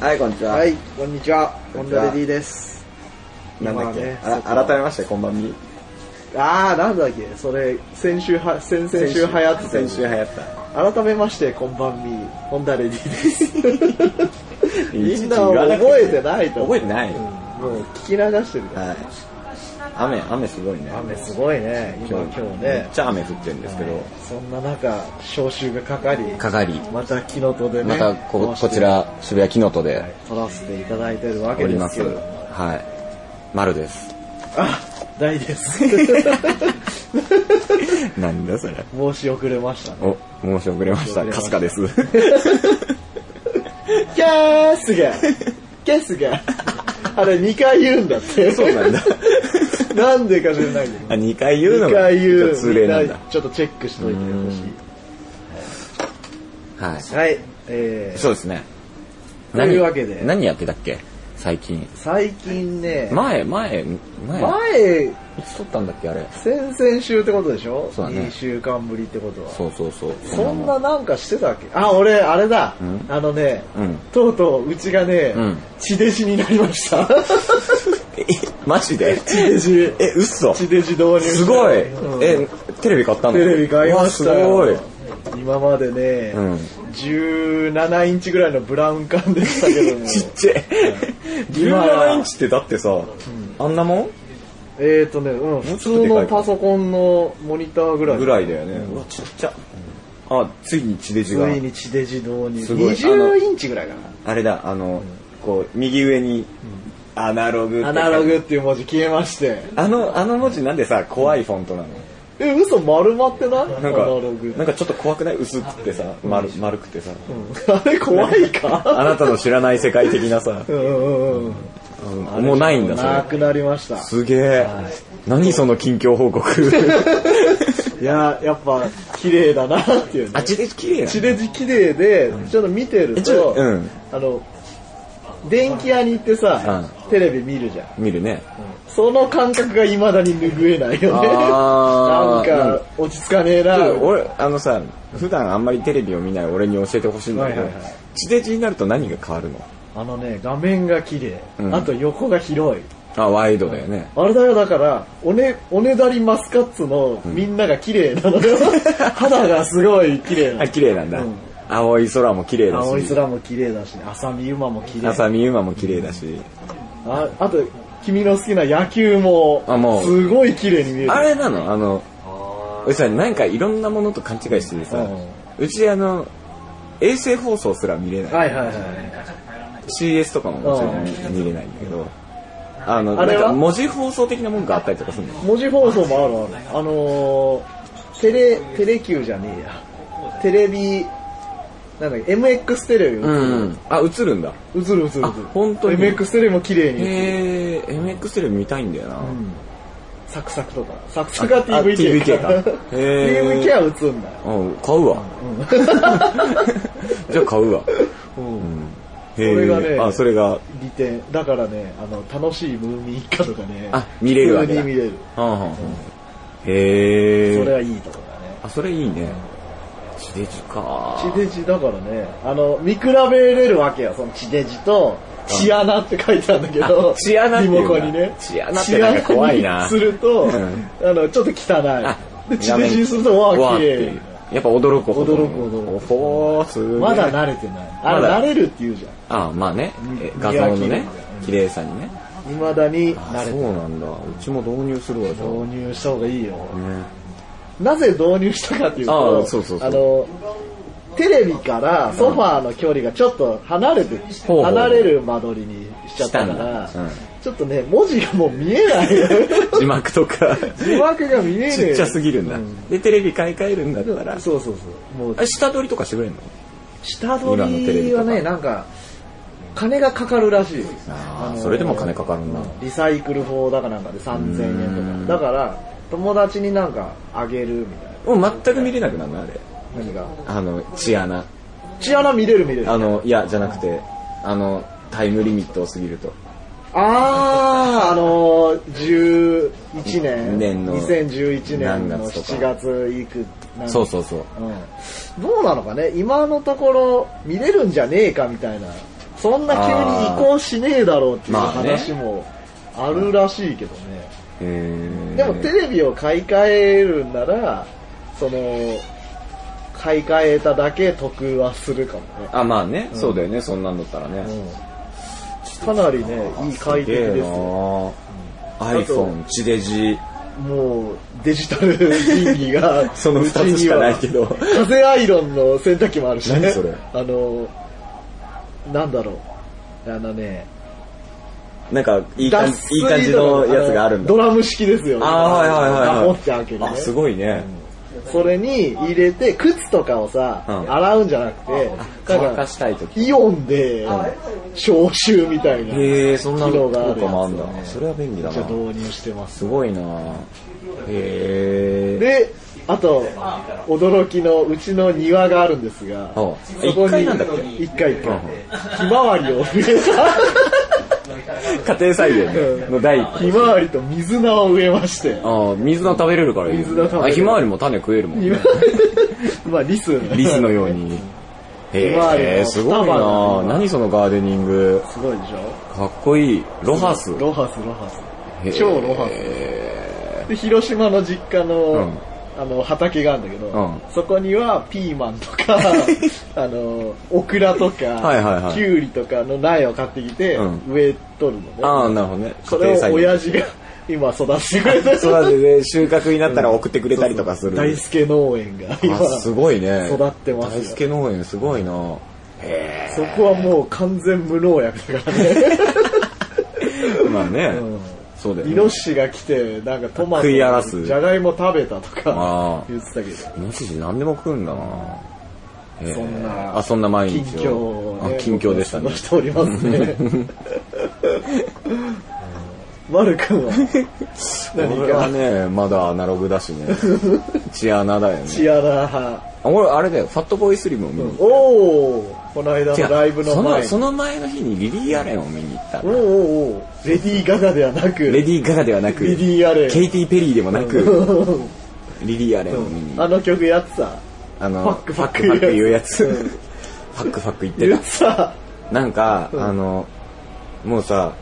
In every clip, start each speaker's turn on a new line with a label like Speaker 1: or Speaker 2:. Speaker 1: はい、こんにちは。
Speaker 2: はい、こんにちは。
Speaker 1: こん
Speaker 2: ホ
Speaker 1: に
Speaker 2: ン
Speaker 1: ちは
Speaker 2: ダレディです。
Speaker 1: なんだっけ、
Speaker 2: 今はね
Speaker 1: あら改めまして、こんばんみ。
Speaker 2: あー、なんだっけ、それ、先週は、先々週流行ってた
Speaker 1: 先週流行った。
Speaker 2: 改めまして、こんばんみ、ホンダレディです。
Speaker 1: い
Speaker 2: み
Speaker 1: ちいち
Speaker 2: んな
Speaker 1: 言わなく
Speaker 2: 覚えてないと思
Speaker 1: 覚
Speaker 2: う。
Speaker 1: えてない、
Speaker 2: うん
Speaker 1: は
Speaker 2: もう聞き流してるから。
Speaker 1: い。雨、雨すごいね。
Speaker 2: 雨すごいね、今今日
Speaker 1: めっ
Speaker 2: ね。
Speaker 1: ちゃ雨降ってるんですけど、
Speaker 2: そんな中、招集がかかり、
Speaker 1: かかり、
Speaker 2: また木の戸でね、
Speaker 1: またこ
Speaker 2: うして
Speaker 1: こちら、渋谷木の戸で
Speaker 2: 撮らせていただいてるわ
Speaker 1: お
Speaker 2: け
Speaker 1: り
Speaker 2: で
Speaker 1: ますす。
Speaker 2: けど。
Speaker 1: はい。丸です。
Speaker 2: あ、大です。
Speaker 1: なんだそれ。
Speaker 2: 申し遅れましたね。
Speaker 1: お、申し遅れました。かすかです。
Speaker 2: キャースが、キャースが、あれ2回言うんだって。そう
Speaker 1: なんだ。
Speaker 2: なんでか知らないけ
Speaker 1: あ、
Speaker 2: ど。
Speaker 1: 2回言うの
Speaker 2: 2
Speaker 1: が
Speaker 2: 回言う。
Speaker 1: 通例なんだ
Speaker 2: み。ちょっとチェックしといてほし
Speaker 1: はい。
Speaker 2: い。はい、えー、
Speaker 1: そうですね。
Speaker 2: というわけで
Speaker 1: 何やってたっけ最近。
Speaker 2: 最近ね、
Speaker 1: 前、前、前、
Speaker 2: 前、
Speaker 1: いつ撮ったんだっけあれ。
Speaker 2: 先々週ってことでしょ
Speaker 1: そうだね
Speaker 2: 2週間ぶりってことは。
Speaker 1: そうそうそう。
Speaker 2: そんななんかしてたっけあ、俺、あれだ
Speaker 1: ん。
Speaker 2: あのね、
Speaker 1: うん
Speaker 2: とうとううちがね、
Speaker 1: うん
Speaker 2: 地デジになりま した。
Speaker 1: え、マジで
Speaker 2: 地デジ。
Speaker 1: え、嘘
Speaker 2: 地デジ導入した
Speaker 1: すごい、
Speaker 2: うん
Speaker 1: え、テレビ買ったの
Speaker 2: テレビ買いましたよ
Speaker 1: わす
Speaker 2: 今までね、
Speaker 1: うん
Speaker 2: 17インチぐらいのブラウン管でしたけど
Speaker 1: ご
Speaker 2: も
Speaker 1: い ちっちゃい。17インチってだってさ、あんなも
Speaker 2: えーとね、うん、普通のパソコンのモニターぐら
Speaker 1: ん
Speaker 2: い
Speaker 1: ぐらいだよね。うわ、ちっちゃ。あ、ついに地デ
Speaker 2: つ
Speaker 1: ジが。
Speaker 2: いに地デジ導入
Speaker 1: すごい
Speaker 2: 20インチぐらいかな
Speaker 1: あれだ、あの、こう、右上に、アナログって
Speaker 2: アナログっていう文字消えまして
Speaker 1: あの、あの文字なんでさ、怖いフォントなの
Speaker 2: え嘘丸まってない
Speaker 1: なん
Speaker 2: アナログ
Speaker 1: か、なんかちょっと怖くない薄くてさ、丸、丸くてさ。
Speaker 2: うん あれ怖いか
Speaker 1: あなたの知らない世界的なさ、
Speaker 2: うんうんうん
Speaker 1: うんもうないんだ、それ
Speaker 2: な。くなりました
Speaker 1: すげえ。何その近況報告。
Speaker 2: いややっぱ綺麗だなっていうね
Speaker 1: あ、地デジ綺麗
Speaker 2: 地デジ綺麗で、ちょっと見てる
Speaker 1: ちょ
Speaker 2: と、
Speaker 1: っとうん
Speaker 2: あの、電気屋に行ってさ、テレビ見るじゃん。
Speaker 1: 見るね。
Speaker 2: その感覚が未だに拭えないよね。
Speaker 1: あ
Speaker 2: なん
Speaker 1: ー
Speaker 2: か、落ち着かねえな。
Speaker 1: ちょっと俺、あのさ、普段あんまりテレビを見ない俺に教えてほしいんだけど
Speaker 2: はいはいはい、
Speaker 1: 地デジになると何が変わるの
Speaker 2: あのね、画面が綺麗、
Speaker 1: うん
Speaker 2: あと横が広い。
Speaker 1: あ、ワイドだよね。
Speaker 2: あれだよ、だから、おね、おねだりマスカッツのみんなが綺麗なの よ。肌がすごい綺麗な
Speaker 1: あ、綺麗なんだ
Speaker 2: うん。
Speaker 1: 青い空も綺麗だ
Speaker 2: 青い
Speaker 1: し、
Speaker 2: 空も綺麗だし、浅見ゆまも綺麗だし
Speaker 1: 浅見馬も綺麗だし。
Speaker 2: ああと、君の好きな野球も
Speaker 1: あもう、
Speaker 2: すごい綺麗に見える。
Speaker 1: あれなのあの、俺さ、なんかいろんなものと勘違いしててさ
Speaker 2: う、
Speaker 1: うちあの、衛星放送すら見れない。
Speaker 2: はいはいはい。
Speaker 1: CS とかももちろん見見れないんだけど、あの、な
Speaker 2: あれ
Speaker 1: ん
Speaker 2: は
Speaker 1: か文字放送的なもんがあったりとかするの
Speaker 2: 文字放送もあるある。あのー、テレ、テレキューじゃねえや。テレビ、なんだっけ、MX テレビ映る。
Speaker 1: ん。あ、映るんだ。
Speaker 2: 映る映る映る
Speaker 1: あ。本当に
Speaker 2: MX テレビも綺麗に映る。
Speaker 1: へえ、MX テレビ見たいんだよな。
Speaker 2: うんサクサクとか。サクサクは
Speaker 1: あ
Speaker 2: TVK か。
Speaker 1: あ TVK かへー
Speaker 2: TVK は映るんだよ。
Speaker 1: うん、買うわ。 じゃあ買うわ。
Speaker 2: うん。
Speaker 1: へえ
Speaker 2: それがね
Speaker 1: あ、それが、
Speaker 2: 利点。だからね、あの、楽しいムーミン一家とかね。
Speaker 1: あ見れるわけ
Speaker 2: 普
Speaker 1: だ
Speaker 2: 通に見れる。
Speaker 1: はんはんはんへえ。
Speaker 2: それはいいとこだね。
Speaker 1: あ、それいいね。地デジか。
Speaker 2: 地デジだからね、あの、見比べれるわけよ、その地デジと、チアナって書いてあるんだけど、
Speaker 1: チアナって
Speaker 2: リ
Speaker 1: いうん
Speaker 2: モ
Speaker 1: だ
Speaker 2: コンにね。
Speaker 1: チアナってなんか怖いな
Speaker 2: チアナにすると、
Speaker 1: うん
Speaker 2: あの、ちょっと汚
Speaker 1: あ
Speaker 2: い。で、地デジにすると、
Speaker 1: わ
Speaker 2: わ
Speaker 1: ー
Speaker 2: あ、
Speaker 1: っ
Speaker 2: 綺
Speaker 1: てい
Speaker 2: 麗
Speaker 1: う。やっぱ驚くほど。
Speaker 2: 驚くほど
Speaker 1: おほー、すげえ
Speaker 2: まだ慣れてない。あれ、
Speaker 1: まだ
Speaker 2: 慣れるって言うじゃん。
Speaker 1: あ、まあね
Speaker 2: うん。
Speaker 1: え画像の
Speaker 2: 見飽き
Speaker 1: ね
Speaker 2: るまで、
Speaker 1: 綺麗さにね。
Speaker 2: 未だに
Speaker 1: あ
Speaker 2: 慣
Speaker 1: そ
Speaker 2: れて
Speaker 1: うなんだ。うちも導入するわ、じゃあ
Speaker 2: 導入した方がいいよ。
Speaker 1: ね
Speaker 2: なぜ導入したかっていう
Speaker 1: あ
Speaker 2: と、
Speaker 1: ーそうそうそう
Speaker 2: あの、テレビからソファーの距離がちょっと離れて、
Speaker 1: ほうほう
Speaker 2: 離れる間取りにしちゃったから、
Speaker 1: したんだうん
Speaker 2: ちょっとね、文字がもう見 えないよ。
Speaker 1: 字幕と か、
Speaker 2: 字幕が見えねえ。
Speaker 1: ちっちゃすぎるんだ
Speaker 2: う。
Speaker 1: で、テレビ買い替えるんだったら、
Speaker 2: そうそうそう。もう
Speaker 1: あ、下取りとかしてくれんの
Speaker 2: 下取
Speaker 1: 今のテレビ
Speaker 2: り
Speaker 1: とか
Speaker 2: はね、なんか、金がかかるらしい。
Speaker 1: あー
Speaker 2: の
Speaker 1: それでも金かかるんだ
Speaker 2: リサイクル法だかなんかで3000
Speaker 1: う
Speaker 2: 円
Speaker 1: ん
Speaker 2: とか。だから、友達になんかあげるみたいな。
Speaker 1: もう全く見れなくなるの、あれ。
Speaker 2: 何が
Speaker 1: あの、チアナ。
Speaker 2: チアナ見れる見れる。
Speaker 1: あの、いや、じゃなくて、あの、タイムリミットを過ぎると。
Speaker 2: あー、あのー、11年、
Speaker 1: 年の
Speaker 2: 2011年
Speaker 1: 何
Speaker 2: の
Speaker 1: 月とか
Speaker 2: 7月いく、なん
Speaker 1: そうそうそう。
Speaker 2: うん。どうなのかね、今のところ見れるんじゃねえかみたいなそんな急に移行しねえだろうっていう話もあるらしいけどね。
Speaker 1: えー、
Speaker 2: でもテレビを買い替えるなら、その、買い替えただけ得はするかもね。
Speaker 1: あ、まあね、そうだよね、そんなんだったらね。
Speaker 2: うんかなりね、いい快適ですよ。
Speaker 1: よ。
Speaker 2: あと
Speaker 1: iPhone、地デジ、、
Speaker 2: もうデジタル人気が
Speaker 1: その2つしかないけど
Speaker 2: うちには風アイロンの洗濯機もあるしね。
Speaker 1: 何それ
Speaker 2: あの、なんだろう。あのね、
Speaker 1: なんかいい感
Speaker 2: 脱
Speaker 1: じ、
Speaker 2: 水
Speaker 1: いい感じのやつがあるんだ
Speaker 2: ド。ラム式ですよね。
Speaker 1: あーはいはいはいはい
Speaker 2: ガポって開ける、ね。
Speaker 1: あ、すごいね。
Speaker 2: それに入れて、靴とかをさ、
Speaker 1: うん
Speaker 2: 洗うんじゃなくて、な
Speaker 1: 乾
Speaker 2: ん
Speaker 1: か
Speaker 2: か
Speaker 1: したいとき。
Speaker 2: イオンで消臭みたいな
Speaker 1: へえ、そんな
Speaker 2: 機能
Speaker 1: 効
Speaker 2: がある
Speaker 1: 果
Speaker 2: やつ
Speaker 1: もあ
Speaker 2: を
Speaker 1: んだ
Speaker 2: ね。
Speaker 1: それは便利だ
Speaker 2: 一
Speaker 1: な。
Speaker 2: 応導入してます。
Speaker 1: すごいなへえ。
Speaker 2: で、あと、驚きのうちの庭があるんですが、
Speaker 1: おう
Speaker 2: そこ
Speaker 1: 一
Speaker 2: に
Speaker 1: 階なんだっけ
Speaker 2: 一回一
Speaker 1: うんう
Speaker 2: 回。ひまわりを植え
Speaker 1: 家庭菜 園ねの第一
Speaker 2: た。
Speaker 1: 歩
Speaker 2: ひまわりと水菜を植えまして。
Speaker 1: ああ、水菜食べれるからいいよね。
Speaker 2: 水菜食べれる
Speaker 1: あひまわりも種食えるもん
Speaker 2: ひ
Speaker 1: ね
Speaker 2: ま。 まあ、リス。
Speaker 1: リスのように。へ
Speaker 2: ひまわり
Speaker 1: え、
Speaker 2: の
Speaker 1: すごい
Speaker 2: 双
Speaker 1: な
Speaker 2: 葉が
Speaker 1: 何そのガーデニング。
Speaker 2: すごいでしょ
Speaker 1: かっこいい。ロハス。
Speaker 2: ロハス、ロハス。
Speaker 1: へえ
Speaker 2: 超ロハスで広島の実家の、
Speaker 1: うん
Speaker 2: あの畑があるんだけど、
Speaker 1: うん
Speaker 2: そこにはピーマンとか、 あの、オクラとか、
Speaker 1: はいはいはい
Speaker 2: キュウリとかの苗を買ってきて、
Speaker 1: うん
Speaker 2: 植えとるのね。
Speaker 1: ああ、なるほどね。
Speaker 2: それを
Speaker 1: 園
Speaker 2: 親父が今育ててくれて る。
Speaker 1: 育てで収穫になったら送ってくれたりとかする。
Speaker 2: 大輔農園が今
Speaker 1: あ、すごいね。
Speaker 2: 育ってますよ
Speaker 1: 大輔農園すごいなへ
Speaker 2: そこはもう完全無農薬だからね。
Speaker 1: え。まあね
Speaker 2: ん。
Speaker 1: そうだよ
Speaker 2: イ
Speaker 1: ね
Speaker 2: ノ。シシが来て、なんかトマト、
Speaker 1: 食
Speaker 2: じ
Speaker 1: い荒らす
Speaker 2: ゃがいも食べたと
Speaker 1: あ
Speaker 2: か
Speaker 1: ー
Speaker 2: 言ってたけど。
Speaker 1: イノシシ何でも食うんだなへえ
Speaker 2: そんな
Speaker 1: あ、そんな毎
Speaker 2: 近
Speaker 1: 日
Speaker 2: 況を
Speaker 1: を。あ
Speaker 2: ね、
Speaker 1: 近況でしたね
Speaker 2: 僕は過ご。しておりますね。 マル君は、何
Speaker 1: 俺は
Speaker 2: か、
Speaker 1: ね、まだアナログだし ね。チアナだよね。
Speaker 2: チアラ派。
Speaker 1: あ俺、あれだよ、ファットボーイスリムを見に行った。
Speaker 2: おおこの間
Speaker 1: 違
Speaker 2: の
Speaker 1: う
Speaker 2: ライブの
Speaker 1: そ
Speaker 2: 前
Speaker 1: の
Speaker 2: に。
Speaker 1: その前の日にリリー・アレンを見に行った
Speaker 2: おー。おーおーレディー・ガガではなく、
Speaker 1: レディー・ガガではなく、
Speaker 2: レディーアレン
Speaker 1: ケイティ・ペリーでもなく、リリー・アレンを見に行っ
Speaker 2: あの曲やってた。
Speaker 1: た。あの、
Speaker 2: ファックファック
Speaker 1: ファック言うやつ。
Speaker 2: うん
Speaker 1: ファックファック言って
Speaker 2: 言
Speaker 1: る
Speaker 2: っ。てた。
Speaker 1: なんか、あの、もうさ、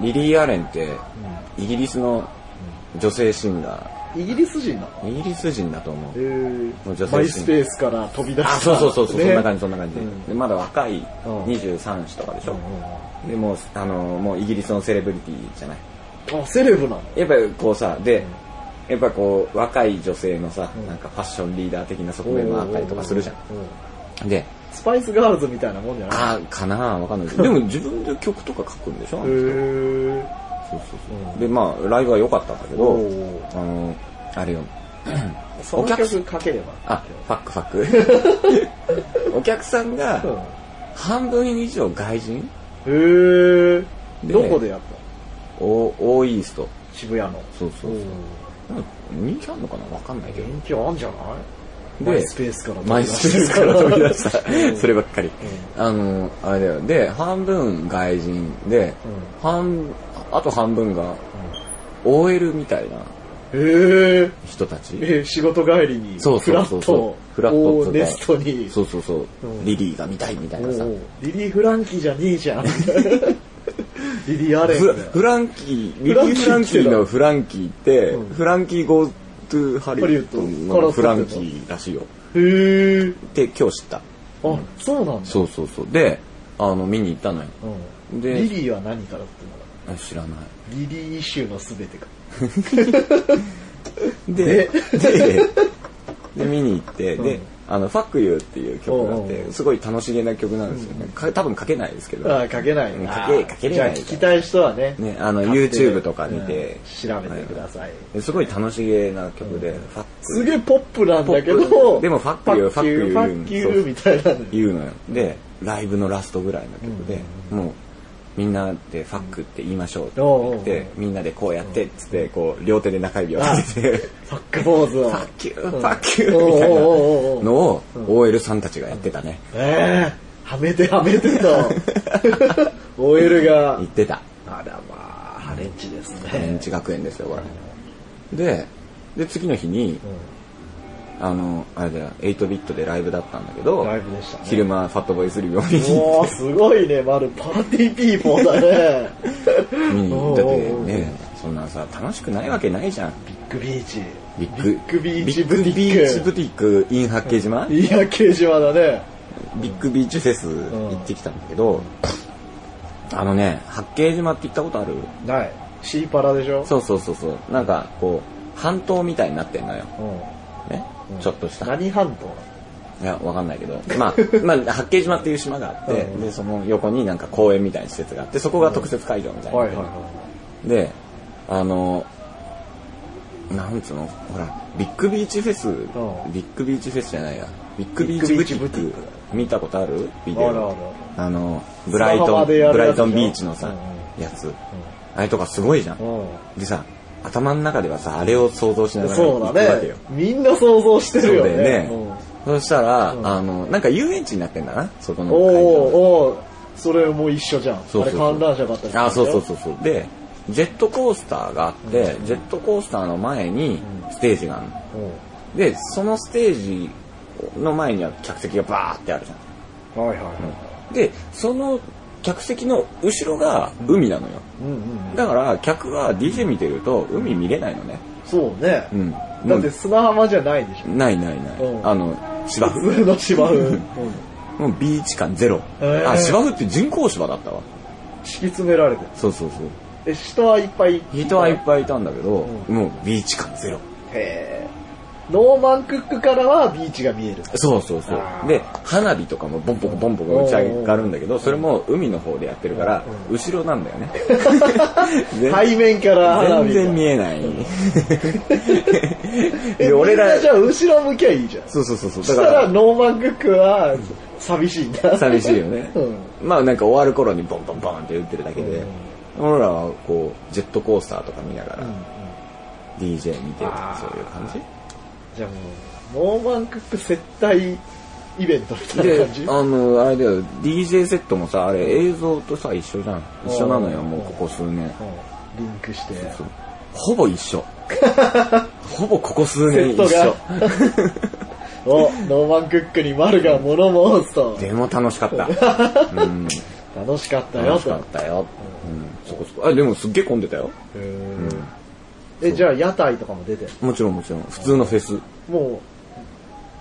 Speaker 1: リリー・アレンって、イギリスの女性シンガ
Speaker 2: イギリス人なの
Speaker 1: ー、イギリス人だと思う
Speaker 2: え。ー
Speaker 1: もう女性
Speaker 2: マイスペースから飛び出した。
Speaker 1: あ、そうそうそうそう、
Speaker 2: ね
Speaker 1: そんな感じ、そんな感じ。
Speaker 2: うん
Speaker 1: でまだ若い
Speaker 2: ん
Speaker 1: 23歳とかでし
Speaker 2: う
Speaker 1: ょ。
Speaker 2: ん
Speaker 1: でもう、あの、もうイギリスのセレブリティじゃない。
Speaker 2: うんあ、セレブなの
Speaker 1: やっぱりこうさ、で、やっぱこう、若い女性のさ、
Speaker 2: ん
Speaker 1: なんかファッションリーダー的な側面もあったりとかするじゃ
Speaker 2: うん
Speaker 1: ん。で、
Speaker 2: スパイスガールズみたいなもんじゃない
Speaker 1: あー、かなーわかんな いけど、でも自分で曲とか書くんでしょ
Speaker 2: へー
Speaker 1: そうそうそう。で、まあ、ライブは良かったんだけど
Speaker 2: おー、
Speaker 1: あの、あれよ、
Speaker 2: その曲かければ。
Speaker 1: あ、ファックファッ ク。お客さんが
Speaker 2: うん
Speaker 1: 半分以上外人
Speaker 2: へー
Speaker 1: で
Speaker 2: どこでやったの
Speaker 1: おオーイースト。
Speaker 2: 渋谷の。
Speaker 1: そうそうそう。なんか人気あんのかなわかんないけど。
Speaker 2: 人気あんじゃない
Speaker 1: で
Speaker 2: マイスペースから
Speaker 1: マイスペースから飛び出 し
Speaker 2: う
Speaker 1: た。
Speaker 2: ん
Speaker 1: そればっかり。あの、あれだよ。で、半分外人で、半、あと半分が OL みたいな
Speaker 2: へえ。
Speaker 1: 人たち。
Speaker 2: え、仕事帰りに、
Speaker 1: そう
Speaker 2: フ
Speaker 1: そう
Speaker 2: ラ
Speaker 1: そう
Speaker 2: ッ
Speaker 1: そ
Speaker 2: ト、
Speaker 1: う。フラット
Speaker 2: を
Speaker 1: っていう
Speaker 2: ネ
Speaker 1: か
Speaker 2: ストに、
Speaker 1: そうそうそう、
Speaker 2: うん
Speaker 1: リリーが見たいみたい
Speaker 2: お
Speaker 1: なさ。
Speaker 2: ーリリー・フランキーじゃねえじ ゃん。リリー・アレン
Speaker 1: フ
Speaker 2: だ
Speaker 1: ラ
Speaker 2: よ。
Speaker 1: フランキー、リリ
Speaker 2: フランキ
Speaker 1: ー・
Speaker 2: ー
Speaker 1: フランキーのフランキーって、フランキー・ゴー・トゥ・ハリウッドのフ
Speaker 2: ハ
Speaker 1: ラ
Speaker 2: リウ
Speaker 1: ン
Speaker 2: ッド
Speaker 1: キーらしいよ。
Speaker 2: へえ。
Speaker 1: って今日知った。
Speaker 2: あ、そうなんだ。
Speaker 1: そうそうそう。で、あの、見に行ったのよ。
Speaker 2: うん
Speaker 1: で
Speaker 2: リリーは何からっていうのか
Speaker 1: あ知らな
Speaker 2: なリリー・イシューのすべてか。
Speaker 1: い。で、で、で見に行って、で、あの、ファックユーっていう曲があっ
Speaker 2: おうお
Speaker 1: て、
Speaker 2: う
Speaker 1: すごい楽しげな曲なんですよね。か多分書けないですけど。
Speaker 2: あー、書けない
Speaker 1: うん
Speaker 2: な。
Speaker 1: 書け書けれ
Speaker 2: じゃ
Speaker 1: な
Speaker 2: あ
Speaker 1: い
Speaker 2: 聞きたい人はね。
Speaker 1: ね、あの、
Speaker 2: 買って
Speaker 1: YouTube とか見て、
Speaker 2: うん調べてください。
Speaker 1: すごい楽しげな曲で、ファッ
Speaker 2: すげえポップなんだけ
Speaker 1: ポッ
Speaker 2: ど、
Speaker 1: プでもファックユー
Speaker 2: ファッキュー、
Speaker 1: フ
Speaker 2: フ
Speaker 1: ァ
Speaker 2: ァ
Speaker 1: ッ
Speaker 2: ッ
Speaker 1: キ
Speaker 2: キ
Speaker 1: ュー
Speaker 2: ューみたいなの
Speaker 1: 言うのよ。で、ライブのラストぐらいの曲で、もう、みんなでファックって言いましょうって言って、
Speaker 2: おうおうおう
Speaker 1: みんなでこうやってっつって、こう、両手で中指を立てて、
Speaker 2: ファックポー ズ
Speaker 1: フ
Speaker 2: を
Speaker 1: ァ。ッキュー、
Speaker 2: う
Speaker 1: フ
Speaker 2: ん
Speaker 1: ァッキューみたいな
Speaker 2: おうおうおうおう
Speaker 1: のを OL さんたちがやってたね。
Speaker 2: ええはめてはめて と。OL が
Speaker 1: 言っ。てた。
Speaker 2: あらまあ、ハレンチです
Speaker 1: フレン
Speaker 2: ね。
Speaker 1: チ学園ですよ、これ。で、で、次の日に、あの、あれだよ、8ビットでライブだったんだけど、
Speaker 2: ライブでしたね
Speaker 1: 昼間、ファットボーイスリーを見に行
Speaker 2: おー、すごいね、まる、パーティーピーポーだね。
Speaker 1: って、見に行ったっ
Speaker 2: お
Speaker 1: て
Speaker 2: ーおーおー
Speaker 1: ね、そんなさ、楽しくないわけないじゃん。
Speaker 2: ビッグビーチ。
Speaker 1: ビッグ、
Speaker 2: ビッグビーチブティック
Speaker 1: ビッグビーチブティック、イン八景島
Speaker 2: いや、刑事はだね。
Speaker 1: ビッグビーチフェス行ってきたんだけど、あのね、八景島って行ったことある
Speaker 2: ない。シーパラでしょ
Speaker 1: そうそうそうそう。なんか、こう、半島みたいになってんのよ。
Speaker 2: うん。
Speaker 1: ね
Speaker 2: うん。
Speaker 1: ちょっとした。い
Speaker 2: 何半島
Speaker 1: や、わかんないけど。まあ、まあ、八景島っていう島があって、
Speaker 2: うん
Speaker 1: で、その横になんか公園みたいな施設があって、そこが特設会場みたいな。
Speaker 2: はいはいは
Speaker 1: で、あの、なんつうのほら、ビッグビーチフェス、ビッグビーチフェスじゃないや。ビッグビーチブティ
Speaker 2: ビッグビーチブ
Speaker 1: ッ
Speaker 2: テ
Speaker 1: ク
Speaker 2: ィックだ
Speaker 1: 見たことあるビ
Speaker 2: い。
Speaker 1: デ
Speaker 2: あらあ
Speaker 1: オ。あの、ブライ
Speaker 2: 砂
Speaker 1: ト
Speaker 2: 浜
Speaker 1: ン、ブ
Speaker 2: でやる
Speaker 1: ラ
Speaker 2: やつでしょ
Speaker 1: イトンビーチのさ
Speaker 2: うん、
Speaker 1: やつ。
Speaker 2: ら。
Speaker 1: あれとかすごいじゃん。
Speaker 2: うん。うん
Speaker 1: でさ、頭の中ではさ、あれを想像しながら
Speaker 2: そ
Speaker 1: 行く
Speaker 2: うだ
Speaker 1: わけ
Speaker 2: ね
Speaker 1: よ。。
Speaker 2: みんな想像してるよね。
Speaker 1: そうだよね
Speaker 2: うん
Speaker 1: そしたら、
Speaker 2: うん
Speaker 1: あの、なんか遊園地になってんだな、そこの会
Speaker 2: おー
Speaker 1: 場。
Speaker 2: おーそれも一緒じゃん。
Speaker 1: そうそうそう
Speaker 2: あれ観覧車だったり
Speaker 1: あ、そうそう
Speaker 2: う。
Speaker 1: そうそう。で、ジェットコースターがあって、
Speaker 2: うん
Speaker 1: ジェットコースターの前に
Speaker 2: うん
Speaker 1: ステージがあるの。
Speaker 2: う
Speaker 1: で、そのステージの前には客席がバーってあるじゃん。
Speaker 2: んはいはいは
Speaker 1: で、その客席の後ろが海なのよ。
Speaker 2: い。うんうんうん。
Speaker 1: だから客は DJ 見てると海見れないのね。
Speaker 2: そうね。
Speaker 1: うん。
Speaker 2: だって砂浜じゃないでしょ。
Speaker 1: ないないない。
Speaker 2: うん
Speaker 1: あの、芝生
Speaker 2: 普。通の芝生。うん
Speaker 1: もうビーチ感ゼロ。
Speaker 2: へー
Speaker 1: あ、芝生って人工芝だったわ。
Speaker 2: 敷き詰められてる。
Speaker 1: そうそうそう。
Speaker 2: え、人はいっぱい。
Speaker 1: 人はいっぱいいたんだけど、
Speaker 2: う
Speaker 1: もうビーチ感ゼロ。
Speaker 2: へーノーマンクックからはビーチが見える。
Speaker 1: そうそうそ
Speaker 2: あー
Speaker 1: う。で、花火とかもボンポコボンポコ打ち上がるんだけど、それも海の方でやってるから、後ろなんだ よね。全
Speaker 2: 背面から花火が
Speaker 1: 全然見え ない。
Speaker 2: え、
Speaker 1: で、俺
Speaker 2: みん
Speaker 1: ら
Speaker 2: なじ、ゃあ後ろ向きゃいいじゃん。
Speaker 1: そうそうそうそう。
Speaker 2: そ
Speaker 1: だ
Speaker 2: した
Speaker 1: からら、
Speaker 2: ノーマンクックは寂しいんだ。
Speaker 1: 寂しいよね
Speaker 2: うん。
Speaker 1: まあなんか終わる頃にボンボンボンって打ってるだけで、俺らはこう、ジェットコースターとか見なが
Speaker 2: うんう
Speaker 1: ら、
Speaker 2: ん
Speaker 1: DJ 見てると
Speaker 2: あ
Speaker 1: か
Speaker 2: ー
Speaker 1: そういう感じ
Speaker 2: じゃあもう、ノーマンクック接待イベントみたいな
Speaker 1: で
Speaker 2: 感じ、
Speaker 1: あの、あれだよ、DJ セットもさ、あれ映像とさ、一緒じゃん。一緒なのよ、
Speaker 2: うん
Speaker 1: もうここ数年。
Speaker 2: うんリンクして。
Speaker 1: そうほぼ一 緒。ほぼここ数年一
Speaker 2: セ
Speaker 1: 緒。
Speaker 2: お、ノーマンクックに丸が物申すと、
Speaker 1: でも楽し かった。うん、
Speaker 2: 楽しかったよ
Speaker 1: 楽し
Speaker 2: と
Speaker 1: かっ。たよ。うん、そこそこ。あ、でもすっげえ混んでたよ。
Speaker 2: へーえ、じゃあ屋台とかも出てる
Speaker 1: もちろんもちろん。普通のフェス。
Speaker 2: もう、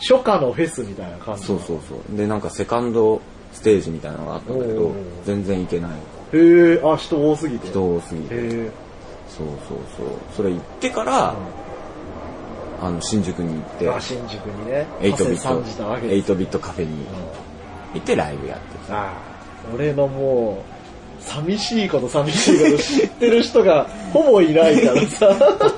Speaker 2: 初夏のフェスみたいな感じ。
Speaker 1: そうそうそう。で、なんかセカンドステージみたいなのがあったんだけ
Speaker 2: お
Speaker 1: ど
Speaker 2: ー、
Speaker 1: 全然行けない。
Speaker 2: へえ、あ、人多すぎて。
Speaker 1: 人多すぎて。
Speaker 2: へ
Speaker 1: そうそうそう。それ行ってから、あの、新宿に行って
Speaker 2: え。、あ、新宿にね。
Speaker 1: 8ビ
Speaker 2: 朝3時
Speaker 1: ッ
Speaker 2: な
Speaker 1: ト、
Speaker 2: わけです。
Speaker 1: 8ビットカフェに行ってライブやってた。
Speaker 2: ああ、俺のもう、寂しいこと寂しいこと知ってる人 がほぼいないからさ、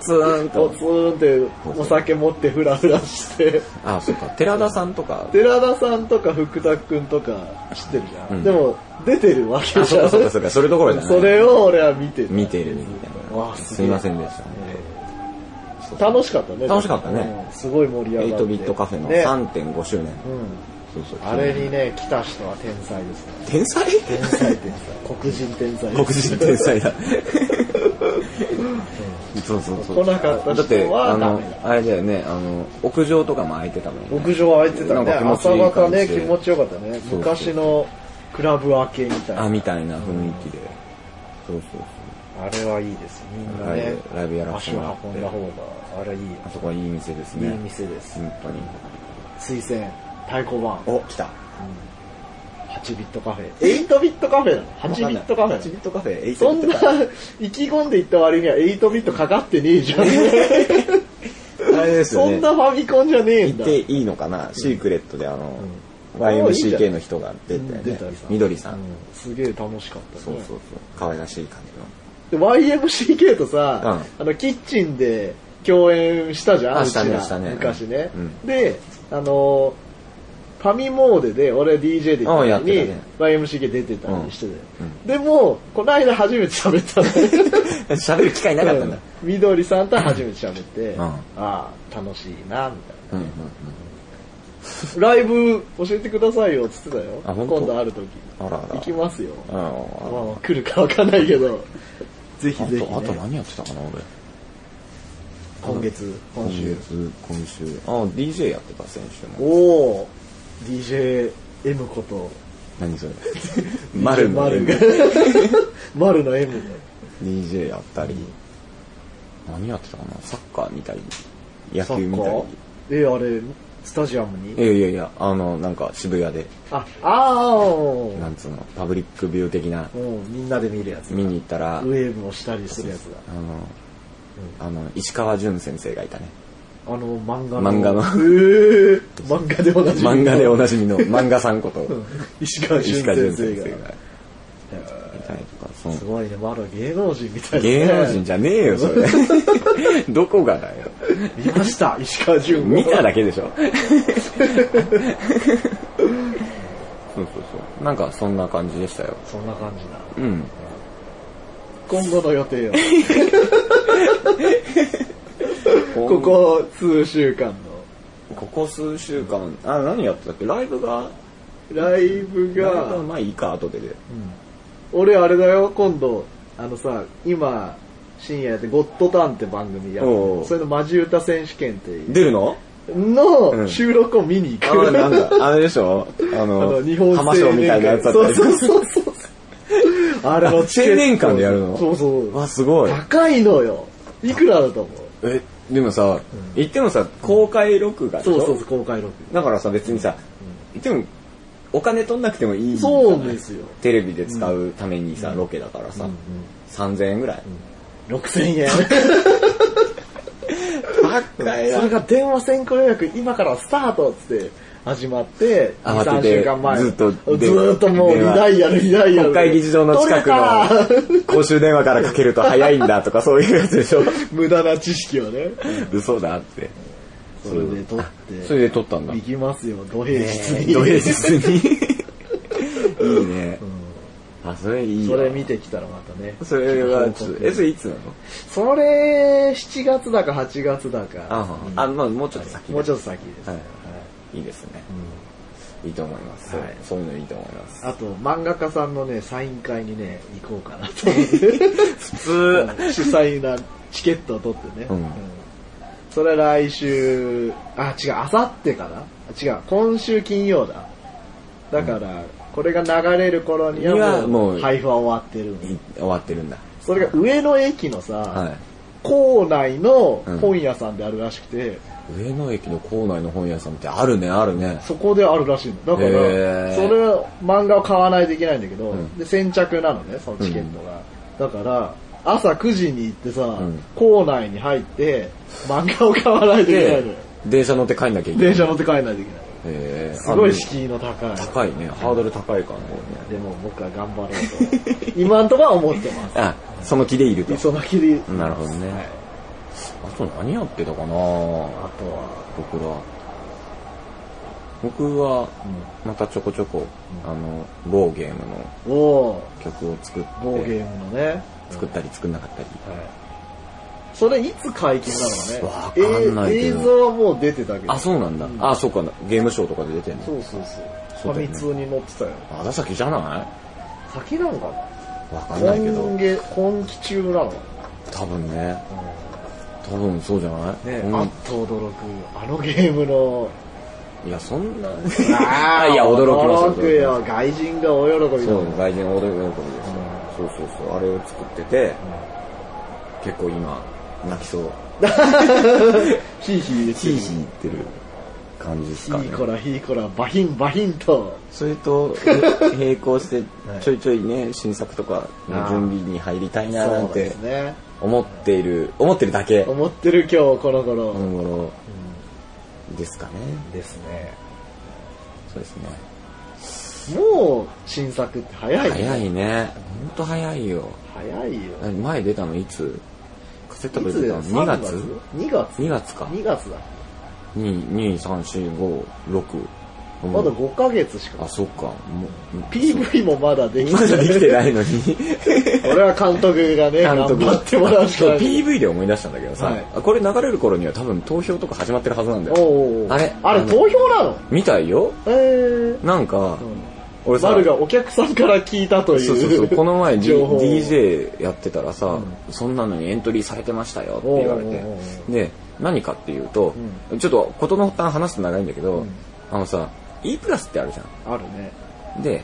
Speaker 1: ツーン
Speaker 2: ポ
Speaker 1: と。
Speaker 2: ツンってお酒持ってフラフラして、
Speaker 1: あ、そうか。寺田さんとか。
Speaker 2: 寺田さんとか福田くんとか知ってるじゃん。
Speaker 1: うん
Speaker 2: でも、出てるわけ
Speaker 1: あ、
Speaker 2: じ
Speaker 1: そう
Speaker 2: ゃん。
Speaker 1: かそうかそうか。それどころじゃない。
Speaker 2: それを俺は見てる。
Speaker 1: 見てるみたい
Speaker 2: わ
Speaker 1: な。
Speaker 2: あす
Speaker 1: す
Speaker 2: げえ
Speaker 1: いませんでした。そう
Speaker 2: 楽しかったね。
Speaker 1: 楽しかったね
Speaker 2: うん。すごい盛り上がって。
Speaker 1: 8ビットカフェの
Speaker 2: ね
Speaker 1: 3.5周年。
Speaker 2: うん。
Speaker 1: そうそう
Speaker 2: あれにね、来た人は天才ですね。
Speaker 1: 天 才
Speaker 2: 天才 天才。黒人天才
Speaker 1: 黒人天才 だ。そうそうそう。
Speaker 2: 来なかった人は
Speaker 1: だって、あ
Speaker 2: ダ
Speaker 1: の
Speaker 2: メ、
Speaker 1: あれだよね、あの、屋上とかも空いてたもんね。
Speaker 2: 屋上空いてたね。
Speaker 1: なんか気
Speaker 2: 朝
Speaker 1: 持ちいい感じ
Speaker 2: 方ね、気持ちよかったね。
Speaker 1: そうそう
Speaker 2: 昔のクラブ明けみたいな。
Speaker 1: あ、みたいな雰囲気で。そうそう
Speaker 2: あれはいいです。みん
Speaker 1: そう。
Speaker 2: な
Speaker 1: ライ
Speaker 2: ね、
Speaker 1: ブ、ライブやらせ
Speaker 2: 足
Speaker 1: てもらっ
Speaker 2: を運んだ
Speaker 1: て。
Speaker 2: 方が、あれいいよ。
Speaker 1: あそこはいい店です
Speaker 2: い
Speaker 1: ね。
Speaker 2: い店です。
Speaker 1: 本当に。
Speaker 2: 推薦、太鼓判、
Speaker 1: お、来た。
Speaker 2: 8ビットカフェ。8ビットカフェなの ?8 ビットカフ
Speaker 1: 8
Speaker 2: ェ。
Speaker 1: ビットカフェ、8ビ
Speaker 2: そん
Speaker 1: ット
Speaker 2: な
Speaker 1: カフェ。、
Speaker 2: 意気込んでいった割には8ビットかかってねえじゃん。
Speaker 1: あれですよ
Speaker 2: そん
Speaker 1: ね。
Speaker 2: なファミコンじゃねえ
Speaker 1: 行
Speaker 2: んだ
Speaker 1: っ。ていいのかなシークレットであの、
Speaker 2: あいいじゃん
Speaker 1: YMCK の人が出て
Speaker 2: 出
Speaker 1: ね
Speaker 2: たり。
Speaker 1: みどりさ。
Speaker 2: うんすげえ楽しかったね。
Speaker 1: そうそうそう。可愛らしい感じの。
Speaker 2: で YMCK とさ、あの、キッチンで共演したじゃん、
Speaker 1: あ
Speaker 2: うちら
Speaker 1: したねしたね
Speaker 2: 昔ね、
Speaker 1: うん
Speaker 2: で、あの、ファミモーデで、俺 DJ で行った時
Speaker 1: あやって
Speaker 2: に、
Speaker 1: たね
Speaker 2: YMCK 出てたりしてて、
Speaker 1: うん
Speaker 2: でも、この間初めて喋っ たの
Speaker 1: 喋る機会なかったんだ。
Speaker 2: うんみどりさんとは初めて喋って、
Speaker 1: うん
Speaker 2: ああ、楽しいな、みたいな。
Speaker 1: うんうんうん。
Speaker 2: ライブ教えてくださいよ、つってたよ。
Speaker 1: あ
Speaker 2: 今
Speaker 1: 本当
Speaker 2: 度ある時。
Speaker 1: あらあら。
Speaker 2: 行きますよ。
Speaker 1: あの
Speaker 2: まあ来るかわかんないけど、ぜひ
Speaker 1: あ
Speaker 2: ぜひ、ね。
Speaker 1: と、あと何やってたかな、俺。
Speaker 2: 今月、今週。
Speaker 1: 月、今週。あ、DJ やってた、先週も。
Speaker 2: おー、DJ M こと、
Speaker 1: 何それ。 丸の
Speaker 2: マル
Speaker 1: M。
Speaker 2: 丸の M ね。
Speaker 1: DJ やったり。何やってたかなサッカー見たり。野球見たり。
Speaker 2: え、あれ、スタジアム
Speaker 1: い
Speaker 2: に
Speaker 1: やいやいや、あの、なんか渋谷で、
Speaker 2: あ、あー
Speaker 1: なんつうの、パブリックビュー的な、
Speaker 2: もうみんなで見るやつ。
Speaker 1: 見に行ったら、あ
Speaker 2: ウェーブをしたりするやつだ。
Speaker 1: の、あの、石川淳先生がいたね。
Speaker 2: あの、漫画の。
Speaker 1: 漫画の
Speaker 2: えー、漫画で同じ。
Speaker 1: 漫画でおなじみの漫画さんこと、
Speaker 2: 石川
Speaker 1: 石
Speaker 2: 淳
Speaker 1: 川淳
Speaker 2: 先
Speaker 1: 先
Speaker 2: 生
Speaker 1: 生
Speaker 2: が。
Speaker 1: がいたりとか、その
Speaker 2: す、ごいね、まだ芸能人みたいな、ね。
Speaker 1: 芸能人じゃねえよ、そ れ。どこがだよ。
Speaker 2: 見ました、石川淳
Speaker 1: 見ただけでし ょ。そうそうそう。なんかそんな感じでしたよ。
Speaker 2: そんな感じだ。
Speaker 1: うん。
Speaker 2: 今後の予 定を。こ
Speaker 1: こ、
Speaker 2: こ数週間の。
Speaker 1: ここ数週間、あ、何やってたっけライブが、
Speaker 2: ライ
Speaker 1: ラ
Speaker 2: ブ
Speaker 1: イブ
Speaker 2: が、
Speaker 1: はまあいいか、後でで。
Speaker 2: 俺あれだよ、今度、あのさ、今、深夜でゴッドタンって番組やる
Speaker 1: おう。
Speaker 2: それのマジ歌選手権っていう
Speaker 1: 出るのう
Speaker 2: の
Speaker 1: ん
Speaker 2: 収録を見に行
Speaker 1: あ、
Speaker 2: く。
Speaker 1: なんだ、あれでしょあ
Speaker 2: あ
Speaker 1: の
Speaker 2: の、、日本
Speaker 1: 浜賞みたいなやつだった
Speaker 2: そう
Speaker 1: り
Speaker 2: そうそうそう。あれのチケット
Speaker 1: 青年館でやるの
Speaker 2: そうそう。
Speaker 1: わ、すごい。
Speaker 2: 高いのよ。いくらだと思う
Speaker 1: え、でもさ、言ってもさ、公開録画でし
Speaker 2: そうそ
Speaker 1: ょ
Speaker 2: うそう、公開録
Speaker 1: だからさ、別にさ、言っても、お金取んなくてもいいじ
Speaker 2: 画。
Speaker 1: ゃない
Speaker 2: そうですよ。
Speaker 1: テレビで使うためにさ、ロケだからさ、3000円ぐらい。
Speaker 2: 6000円。
Speaker 1: 高い
Speaker 2: それ
Speaker 1: な。
Speaker 2: が電話先行予約、今からスタートっつって始まって、2、
Speaker 1: 慌て
Speaker 2: 3
Speaker 1: て
Speaker 2: 週間前。
Speaker 1: ずっと
Speaker 2: ずーっともう、リ
Speaker 1: 電話
Speaker 2: ダイヤル、リダイヤル。
Speaker 1: 国会議事堂の近く
Speaker 2: 取れ
Speaker 1: の
Speaker 2: た
Speaker 1: 公衆電話からかけると早いんだとかそういうやつでしょ
Speaker 2: 無駄な知識をね。
Speaker 1: 嘘だって。
Speaker 2: それで取っ
Speaker 1: それ
Speaker 2: て、
Speaker 1: で撮ったんだ。
Speaker 2: 行きますよ、土平日
Speaker 1: え
Speaker 2: に。
Speaker 1: ー土平日に。いいね。あ、それいい
Speaker 2: そ
Speaker 1: わ
Speaker 2: れ見てきたらまたね。
Speaker 1: それはちょっと、え、それいつなの
Speaker 2: それ、7月だか8月だか
Speaker 1: あ。、あ、まあもうちょっと先
Speaker 2: もうちょ
Speaker 1: っ
Speaker 2: っと先です。
Speaker 1: は
Speaker 2: は
Speaker 1: と。
Speaker 2: いい
Speaker 1: いいですね。いいと思います。
Speaker 2: はい
Speaker 1: そういうのいいと思います。
Speaker 2: あと、漫画家さんのね、サイン会にね、行こうかなと。
Speaker 1: 普通、
Speaker 2: 主催なチケットを取ってね。
Speaker 1: うん
Speaker 2: うんそれ来週、あ、違う、あさってかな違う、今週金曜だ。だから、これが流れる頃に
Speaker 1: いや
Speaker 2: はも
Speaker 1: もう
Speaker 2: う配布は終わってるんです
Speaker 1: い終わってるんだ。
Speaker 2: それが上野駅のさ、
Speaker 1: はい。
Speaker 2: 校内の
Speaker 1: うん
Speaker 2: 本屋さんであるらしくて、
Speaker 1: 上野駅の構内の本屋さんってあるね、あるね。
Speaker 2: そこであるらしいの。だから、
Speaker 1: へー
Speaker 2: それ漫画を買わないといけないんだけど、
Speaker 1: ん
Speaker 2: で先着なのね、そのチケットが。だから、朝9時に行ってさ、
Speaker 1: ん
Speaker 2: 校内に入って、漫画を買わないといけない
Speaker 1: で
Speaker 2: のよ。、
Speaker 1: 電車乗って帰んなきゃいけない。
Speaker 2: 電車乗って帰らないといけない。
Speaker 1: へー
Speaker 2: すごい敷居の高い。
Speaker 1: 高いね。ハードル高いからね。
Speaker 2: でも僕は頑張ろうと。今んとこは思ってま
Speaker 1: あ、その気でいると
Speaker 2: す。。そのきり。
Speaker 1: なるほどね。あと何やってたかな
Speaker 2: あとは、
Speaker 1: 僕ら。僕は、またちょこちょこ、あの、某ゲームの
Speaker 2: おー、
Speaker 1: 曲を作って、
Speaker 2: 某ゲームのね。
Speaker 1: 作ったり作んなかったり。
Speaker 2: はい。それいつ解禁
Speaker 1: わ
Speaker 2: なの
Speaker 1: かん
Speaker 2: ね
Speaker 1: ない
Speaker 2: え
Speaker 1: け
Speaker 2: 映
Speaker 1: ど
Speaker 2: 像はもう出てたけど。
Speaker 1: あ、そうなんだ。あ、そうかな。ゲームショーとかで出てんの。
Speaker 2: そうそうそ。
Speaker 1: そううだよ
Speaker 2: ファミ
Speaker 1: ね
Speaker 2: 通に載ってたよ。
Speaker 1: あだ先じゃない
Speaker 2: 先なのか
Speaker 1: わか
Speaker 2: なん
Speaker 1: ないけど
Speaker 2: 今。月、今期中なの
Speaker 1: 多分ね。多分そうじゃない
Speaker 2: ね
Speaker 1: うん
Speaker 2: あっと驚く。あのゲームの、
Speaker 1: いや、そんな。
Speaker 2: あー
Speaker 1: いや、驚きました。
Speaker 2: 驚くよ。外人が大喜び
Speaker 1: そ
Speaker 2: だも
Speaker 1: う、
Speaker 2: ん
Speaker 1: 外人驚喜びです、そうそうそう、あれを作ってて、結構今、泣きそう。ヒーヒ
Speaker 2: ヒーヒー言ってる
Speaker 1: ー言ってる感じですか
Speaker 2: ヒ
Speaker 1: ね
Speaker 2: ー。コラヒーコラ、バヒンバヒンと。
Speaker 1: それ と、並行して、ちょいちょいね、新作とかの準備に入りたいななん
Speaker 2: そうで
Speaker 1: て
Speaker 2: すね。
Speaker 1: 思っている、思ってるだけ、
Speaker 2: 思ってる今日この頃。
Speaker 1: 今頃ですかね。
Speaker 2: ですね。
Speaker 1: そうですね。
Speaker 2: もう新作って早いね。
Speaker 1: 早いね。ほんと早いよ。
Speaker 2: 早いよ。
Speaker 1: 前出たのいつカセット
Speaker 2: い
Speaker 1: 部
Speaker 2: つ
Speaker 1: 出
Speaker 2: だ
Speaker 1: た
Speaker 2: よ
Speaker 1: の2月
Speaker 2: ?2 月。
Speaker 1: 2月か
Speaker 2: 2月だ。
Speaker 1: 2 2 3 4 5 6
Speaker 2: まだ5ヶ月しか
Speaker 1: あ、。そっか。もう、
Speaker 2: PV もまだでき
Speaker 1: まだできて
Speaker 2: い。
Speaker 1: ないのに。
Speaker 2: 俺は監督がね、頑張ってもらうしか ない。
Speaker 1: PV で思い出したんだけどさ
Speaker 2: はい、
Speaker 1: あこれ流れる頃には多分投票とか始まってるはずなんだ
Speaker 2: おう
Speaker 1: よ。
Speaker 2: おう
Speaker 1: あれ
Speaker 2: あれ投票なの
Speaker 1: みたいよ。
Speaker 2: えー。
Speaker 1: なんか
Speaker 2: う、ん
Speaker 1: 俺さ
Speaker 2: 丸がお客さんから聞いたという。
Speaker 1: そうそう そう。この前、D、
Speaker 2: 情報を
Speaker 1: DJ やってたらさ、そんなのにエントリーされてましたよって言われ
Speaker 2: おうお
Speaker 1: て
Speaker 2: うおうお。
Speaker 1: で、何かっていうと、ちょっと事の発端話すと長いんだけど、
Speaker 2: ん
Speaker 1: あのさ、E プラスってあるじゃ
Speaker 2: あるね。
Speaker 1: ん。で、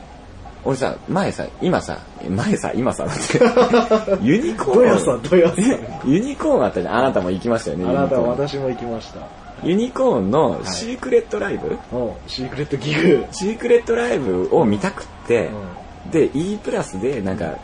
Speaker 1: 俺さ、前さ、今さ、前さ、今さ、なん てユニコーン。
Speaker 2: どやさん、どやさん。
Speaker 1: ユニコーンあったじゃん。あなたも行きましたよね、
Speaker 2: あなたは
Speaker 1: ユニコーン
Speaker 2: 私も行きました。
Speaker 1: ユニコーンのシークレットライブ、
Speaker 2: うんシークレットギグ。
Speaker 1: シークレットライブを見たくって、で、E プラスでなんか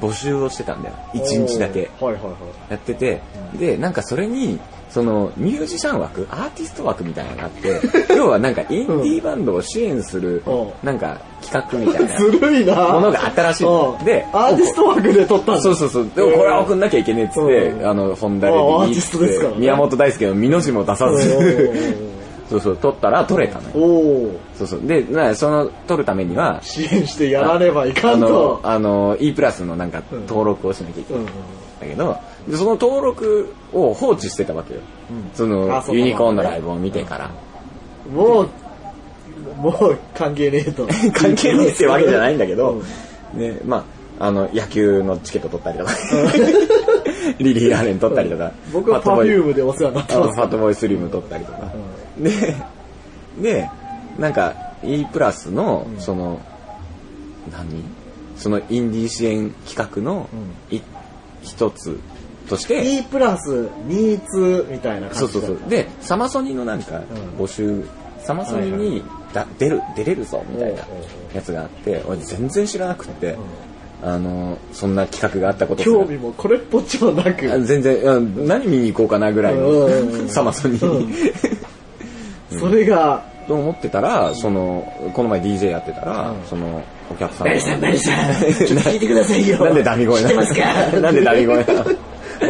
Speaker 1: 募集をしてたんだよ。1日だけ
Speaker 2: おーはいはいは
Speaker 1: やってて、で、なんかそれに、そのミュージシャン枠、アーティスト枠みたいなのがあって、 要はなんかインディーバンドを支援する
Speaker 2: うん、
Speaker 1: なんか企画みたい
Speaker 2: い。 ずるいな
Speaker 1: なものがあったらしいの
Speaker 2: う。ん
Speaker 1: で、
Speaker 2: アーティスト枠で撮ったんだ
Speaker 1: そうそうそう。でもこれは送んなきゃいけねえっつって
Speaker 2: う、ん
Speaker 1: あの、本田レ
Speaker 2: あア
Speaker 1: ビ
Speaker 2: ー
Speaker 1: に
Speaker 2: ティストですからね
Speaker 1: 宮本大輔の身の字も出さず、 そうそう、撮ったら撮れたのよ。
Speaker 2: おー
Speaker 1: そうそう。で、なその撮るためには、
Speaker 2: 支援してやらねばいか
Speaker 1: あ
Speaker 2: ん
Speaker 1: の
Speaker 2: と、。
Speaker 1: あの、E プラスのなんか
Speaker 2: うん
Speaker 1: 登録をしなきゃいけ
Speaker 2: う
Speaker 1: ないん
Speaker 2: ん
Speaker 1: だけど、でその登録を放置してたわけよ。そ
Speaker 2: あ
Speaker 1: の、
Speaker 2: そう
Speaker 1: ユ
Speaker 2: か
Speaker 1: ニコーンのライブを見てから。。
Speaker 2: うんもう、もう関係ねえと
Speaker 1: 関係ねえってわけじゃないんだけ
Speaker 2: う
Speaker 1: ど
Speaker 2: ん、
Speaker 1: ね、まああの、野球のチケット取ったりとか、 リリー・アレン取ったりとか、
Speaker 2: 僕は
Speaker 1: ファット
Speaker 2: パフ
Speaker 1: ボーイ
Speaker 2: ュームでお世話になって
Speaker 1: あの
Speaker 2: ます
Speaker 1: ファ。ットボーイスリム撮ったりとか。で、で、なんか E プラスの、その、何そのインディー支援企画のい一つとして、
Speaker 2: E プラス、ニーツみたいな
Speaker 1: そ
Speaker 2: 感
Speaker 1: うそ
Speaker 2: じ
Speaker 1: う
Speaker 2: だ
Speaker 1: そ
Speaker 2: った
Speaker 1: う。で、サマソニのなんか募集、サマソニにだ、出る、出れるぞみたいな
Speaker 2: おうおう
Speaker 1: やつがあって、俺全然知らなくって、あの、そんな企画があったことすら
Speaker 2: 興味もこれっぽっちもな
Speaker 1: あ
Speaker 2: く、
Speaker 1: 全然、うん何見に行こうかなぐらい
Speaker 2: うんうんうんう
Speaker 1: の、
Speaker 2: ん
Speaker 1: サマソニ
Speaker 2: う
Speaker 1: に
Speaker 2: ん。それが、
Speaker 1: と思ってたら、その、この前 DJ やってたら、その、お客さんが。
Speaker 2: リさ ん、
Speaker 1: ななんでダミ声なの なんでダミ声なの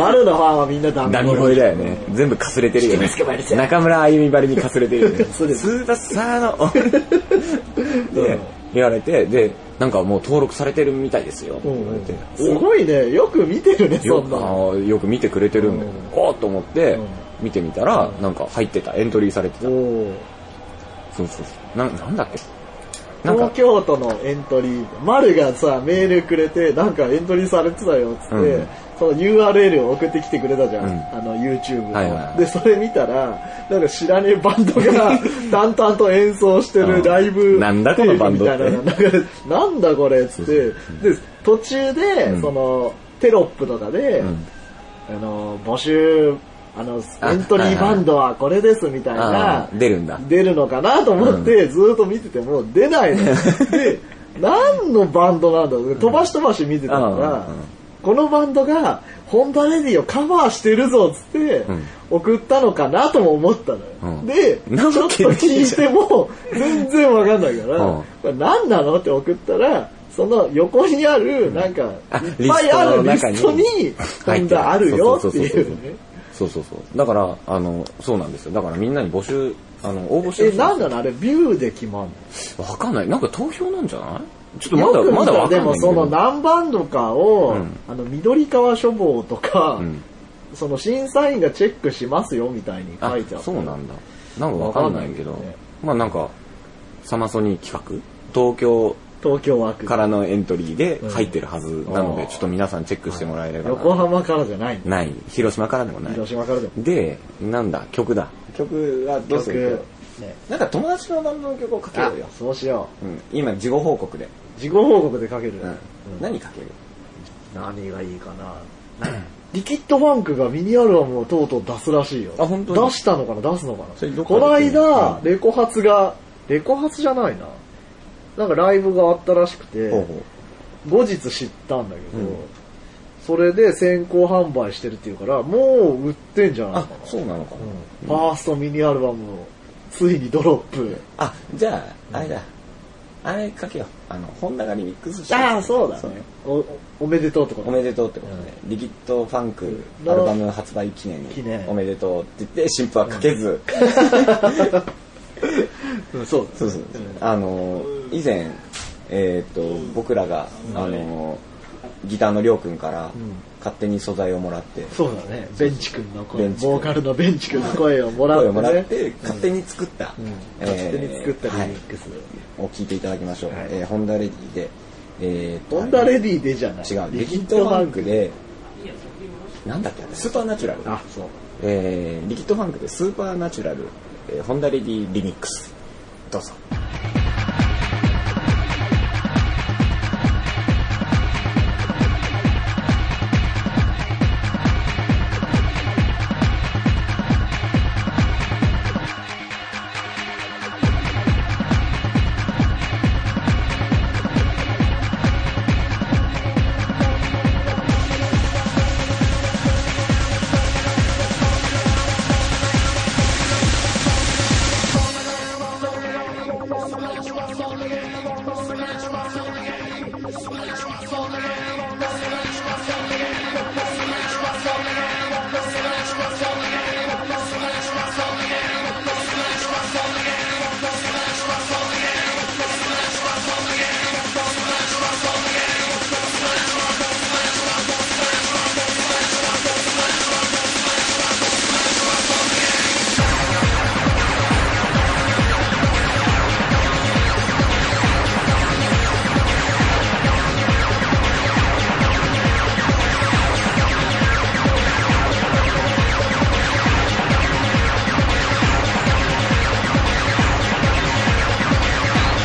Speaker 2: 悪のファンはみんなダミ
Speaker 1: ダミ声だよね。全部かすれてるよね
Speaker 2: 知ってますかマリ。さん
Speaker 1: 中村あゆみばりにかすれてるよね。
Speaker 2: そうです
Speaker 1: スーパースターの俺、
Speaker 2: う
Speaker 1: で
Speaker 2: ん、
Speaker 1: 言われて、で、なんかもう登録されてるみたいですよ。
Speaker 2: うん
Speaker 1: 言われて
Speaker 2: すごいね、よく見てるね、そ
Speaker 1: よ
Speaker 2: ん
Speaker 1: く
Speaker 2: な
Speaker 1: あ
Speaker 2: の。
Speaker 1: ーよく見てくれてるんだよ。おーっと思って
Speaker 2: ん、
Speaker 1: 見てみたら、なんか入ってた。エントリーされてた。
Speaker 2: おー
Speaker 1: そうそうそう。なんなんだっけなんか
Speaker 2: 東、京都のエントリー、丸がさ、メールくれて、なんかエントリーされてたよ、っつって、
Speaker 1: うん
Speaker 2: その URL を送ってきてくれたじゃん、
Speaker 1: うん
Speaker 2: あの YouTube の、
Speaker 1: はいはいはい
Speaker 2: で、それ見たら、なんか知らねえバンド が淡々と演奏して
Speaker 1: うん
Speaker 2: るライブ、
Speaker 1: なんだこのバンドって
Speaker 2: みたいなのが流れてなんだこれ、っつって、で、途中で、
Speaker 1: うん
Speaker 2: その、テロップとかで、
Speaker 1: うん
Speaker 2: あの、募集、あの、
Speaker 1: あ
Speaker 2: エントリーバンドはこれです、みたい
Speaker 1: あ
Speaker 2: な
Speaker 1: ー、出るんだ。
Speaker 2: 出るのかなと思って、ずーっと見てても出ないの。 で、何のバンドなんだろう飛ばし飛ばし見てたか
Speaker 1: うん
Speaker 2: ら、このバンドが、ホンダレディをカバーしてるぞっつって
Speaker 1: ん、
Speaker 2: 送ったのかなとも思ったの
Speaker 1: う
Speaker 2: よ。
Speaker 1: ん
Speaker 2: で、ち
Speaker 1: な
Speaker 2: ょ
Speaker 1: わ
Speaker 2: っと
Speaker 1: けね
Speaker 2: 聞
Speaker 1: え
Speaker 2: い
Speaker 1: じゃ
Speaker 2: ても、全然わかんないから、
Speaker 1: うん
Speaker 2: これ何なのって送ったら、その横にある、なんか、
Speaker 1: あ
Speaker 2: いっぱいあるリストに
Speaker 1: リス、トの中
Speaker 2: ホ
Speaker 1: に
Speaker 2: ンダあるよって
Speaker 1: 入って
Speaker 2: い
Speaker 1: る
Speaker 2: うね。
Speaker 1: そうそうそう。だから、あの、そうなんですよ。だからみんなに募集、あの、応募して
Speaker 2: え、
Speaker 1: ほしい
Speaker 2: なんなのあれ、ビューで決まんの
Speaker 1: わかんない。なんか投票なんじゃないちょっとま
Speaker 2: よく
Speaker 1: だ、
Speaker 2: 見
Speaker 1: ま
Speaker 2: た
Speaker 1: だ
Speaker 2: ら
Speaker 1: わかん
Speaker 2: で
Speaker 1: ないんだ
Speaker 2: も
Speaker 1: け
Speaker 2: その
Speaker 1: ど。
Speaker 2: 何番とかを、
Speaker 1: うん
Speaker 2: あの緑川書房とか、
Speaker 1: ん
Speaker 2: その審査員がチェックしますよみたいに
Speaker 1: あ
Speaker 2: 書いてあ、った
Speaker 1: そうなんだ。なんかわかんないけど
Speaker 2: わかんないですね。
Speaker 1: まあなんか、サマソニ企画東京
Speaker 2: 東京枠
Speaker 1: からのエントリーで入ってるはずなの
Speaker 2: う
Speaker 1: で、
Speaker 2: ん
Speaker 1: ちょっと皆さんチェックしてもらえれば
Speaker 2: 横
Speaker 1: な。
Speaker 2: 浜からじゃないの
Speaker 1: ない。広島からでもない。
Speaker 2: 広島からでも
Speaker 1: で、なんだ、曲だ。曲はどうする
Speaker 2: 曲ね
Speaker 1: なんか友達のバンドの曲をかけ
Speaker 2: あ
Speaker 1: ようよ。
Speaker 2: そうしよ
Speaker 1: うん、今、事後報告で。
Speaker 2: う事後報告で書ける、
Speaker 1: うん。何かける
Speaker 2: 何がいいかなリキッドバンクがミニアルバムをとうとう出すらしいよ
Speaker 1: あ本当に
Speaker 2: 出したのかな出すのか
Speaker 1: それど
Speaker 2: な
Speaker 1: っかで
Speaker 2: この
Speaker 1: 見てみ
Speaker 2: 間
Speaker 1: うん
Speaker 2: レコ発がレコ発じゃないななんかライブがあったらしくて
Speaker 1: ほうほう。
Speaker 2: 後日知ったんだけど、
Speaker 1: うん
Speaker 2: それで先行販売してるっていうから、もう売ってんじゃない
Speaker 1: あ
Speaker 2: かな。、
Speaker 1: そうなのかな。
Speaker 2: ファーストミニアルバムをついにドロップ。
Speaker 1: あ、じゃあ、あれだ。あれかけよう。あの、ホンダがリミックスして
Speaker 2: ああ、そうだね。おおめでとうってこ
Speaker 1: お
Speaker 2: と
Speaker 1: めでとうってことで、リキッドファンク
Speaker 2: うん
Speaker 1: アルバム発売記念に
Speaker 2: 記念
Speaker 1: おめでとうって言って、新譜はかけず、
Speaker 2: うんそうだ
Speaker 1: そうそう。 あのー、以前、えーっと、僕らが、あのー、ギターのりょうくんから勝手に素材をもらって、
Speaker 2: そうだね。ベンチ君の
Speaker 1: ベ
Speaker 2: 声、
Speaker 1: ンチ君
Speaker 2: ボーカルのベンチ君の声をもらって、
Speaker 1: 声
Speaker 2: ね。
Speaker 1: をもらって勝手に作った、
Speaker 2: うん、
Speaker 1: えー
Speaker 2: 勝手に作ったリミ
Speaker 1: はい
Speaker 2: ックス。
Speaker 1: を聞いていただきましょう、
Speaker 2: はい
Speaker 1: えーホンダレディで、えーと
Speaker 2: ホンダレディでじゃない。
Speaker 1: 違うリキッドファンク。でなんだっけあれスーパーナチュラル
Speaker 2: あ、そう。
Speaker 1: えー、リキッドファンクでスーパーナチュラル、えーホンダレディリミックスどうぞ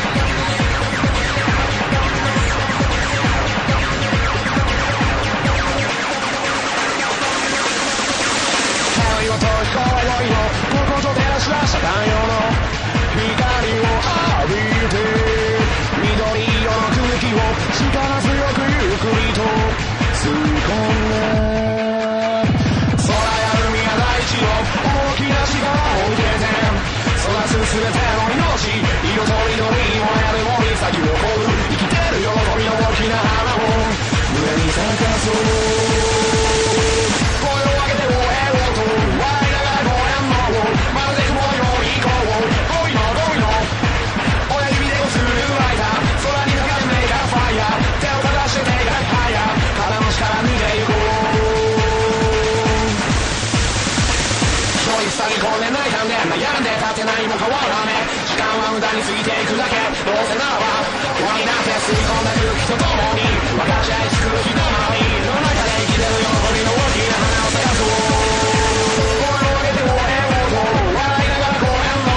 Speaker 3: 恋を遠い恋をここぞ照らし出した太陽の光を浴びて緑色の空気を力強くゆっくりと吸い込んで空や海や大地の大きな力を受けて空すすべての命色とりどりもやる森咲き誇る生きてる喜びの大きな花を胸に咲かそう声を上げて応援をと笑いながら公園のまるで雲のように行こう恋の恋の親指で映るライター空に流れメイカファイヤー手をかざして手がハイヤー肩の力抜いていこう一人塞ぎ込んで泣いたんで悩んで立てないも変わらねえ時間は無駄に過ぎていくだけどうせならば輪になって吸い込んだ空気と共に分かち合い尽くひとまりの中で生きてる喜びの大きな花を咲かそう声を上げて応援をと笑いながら公園の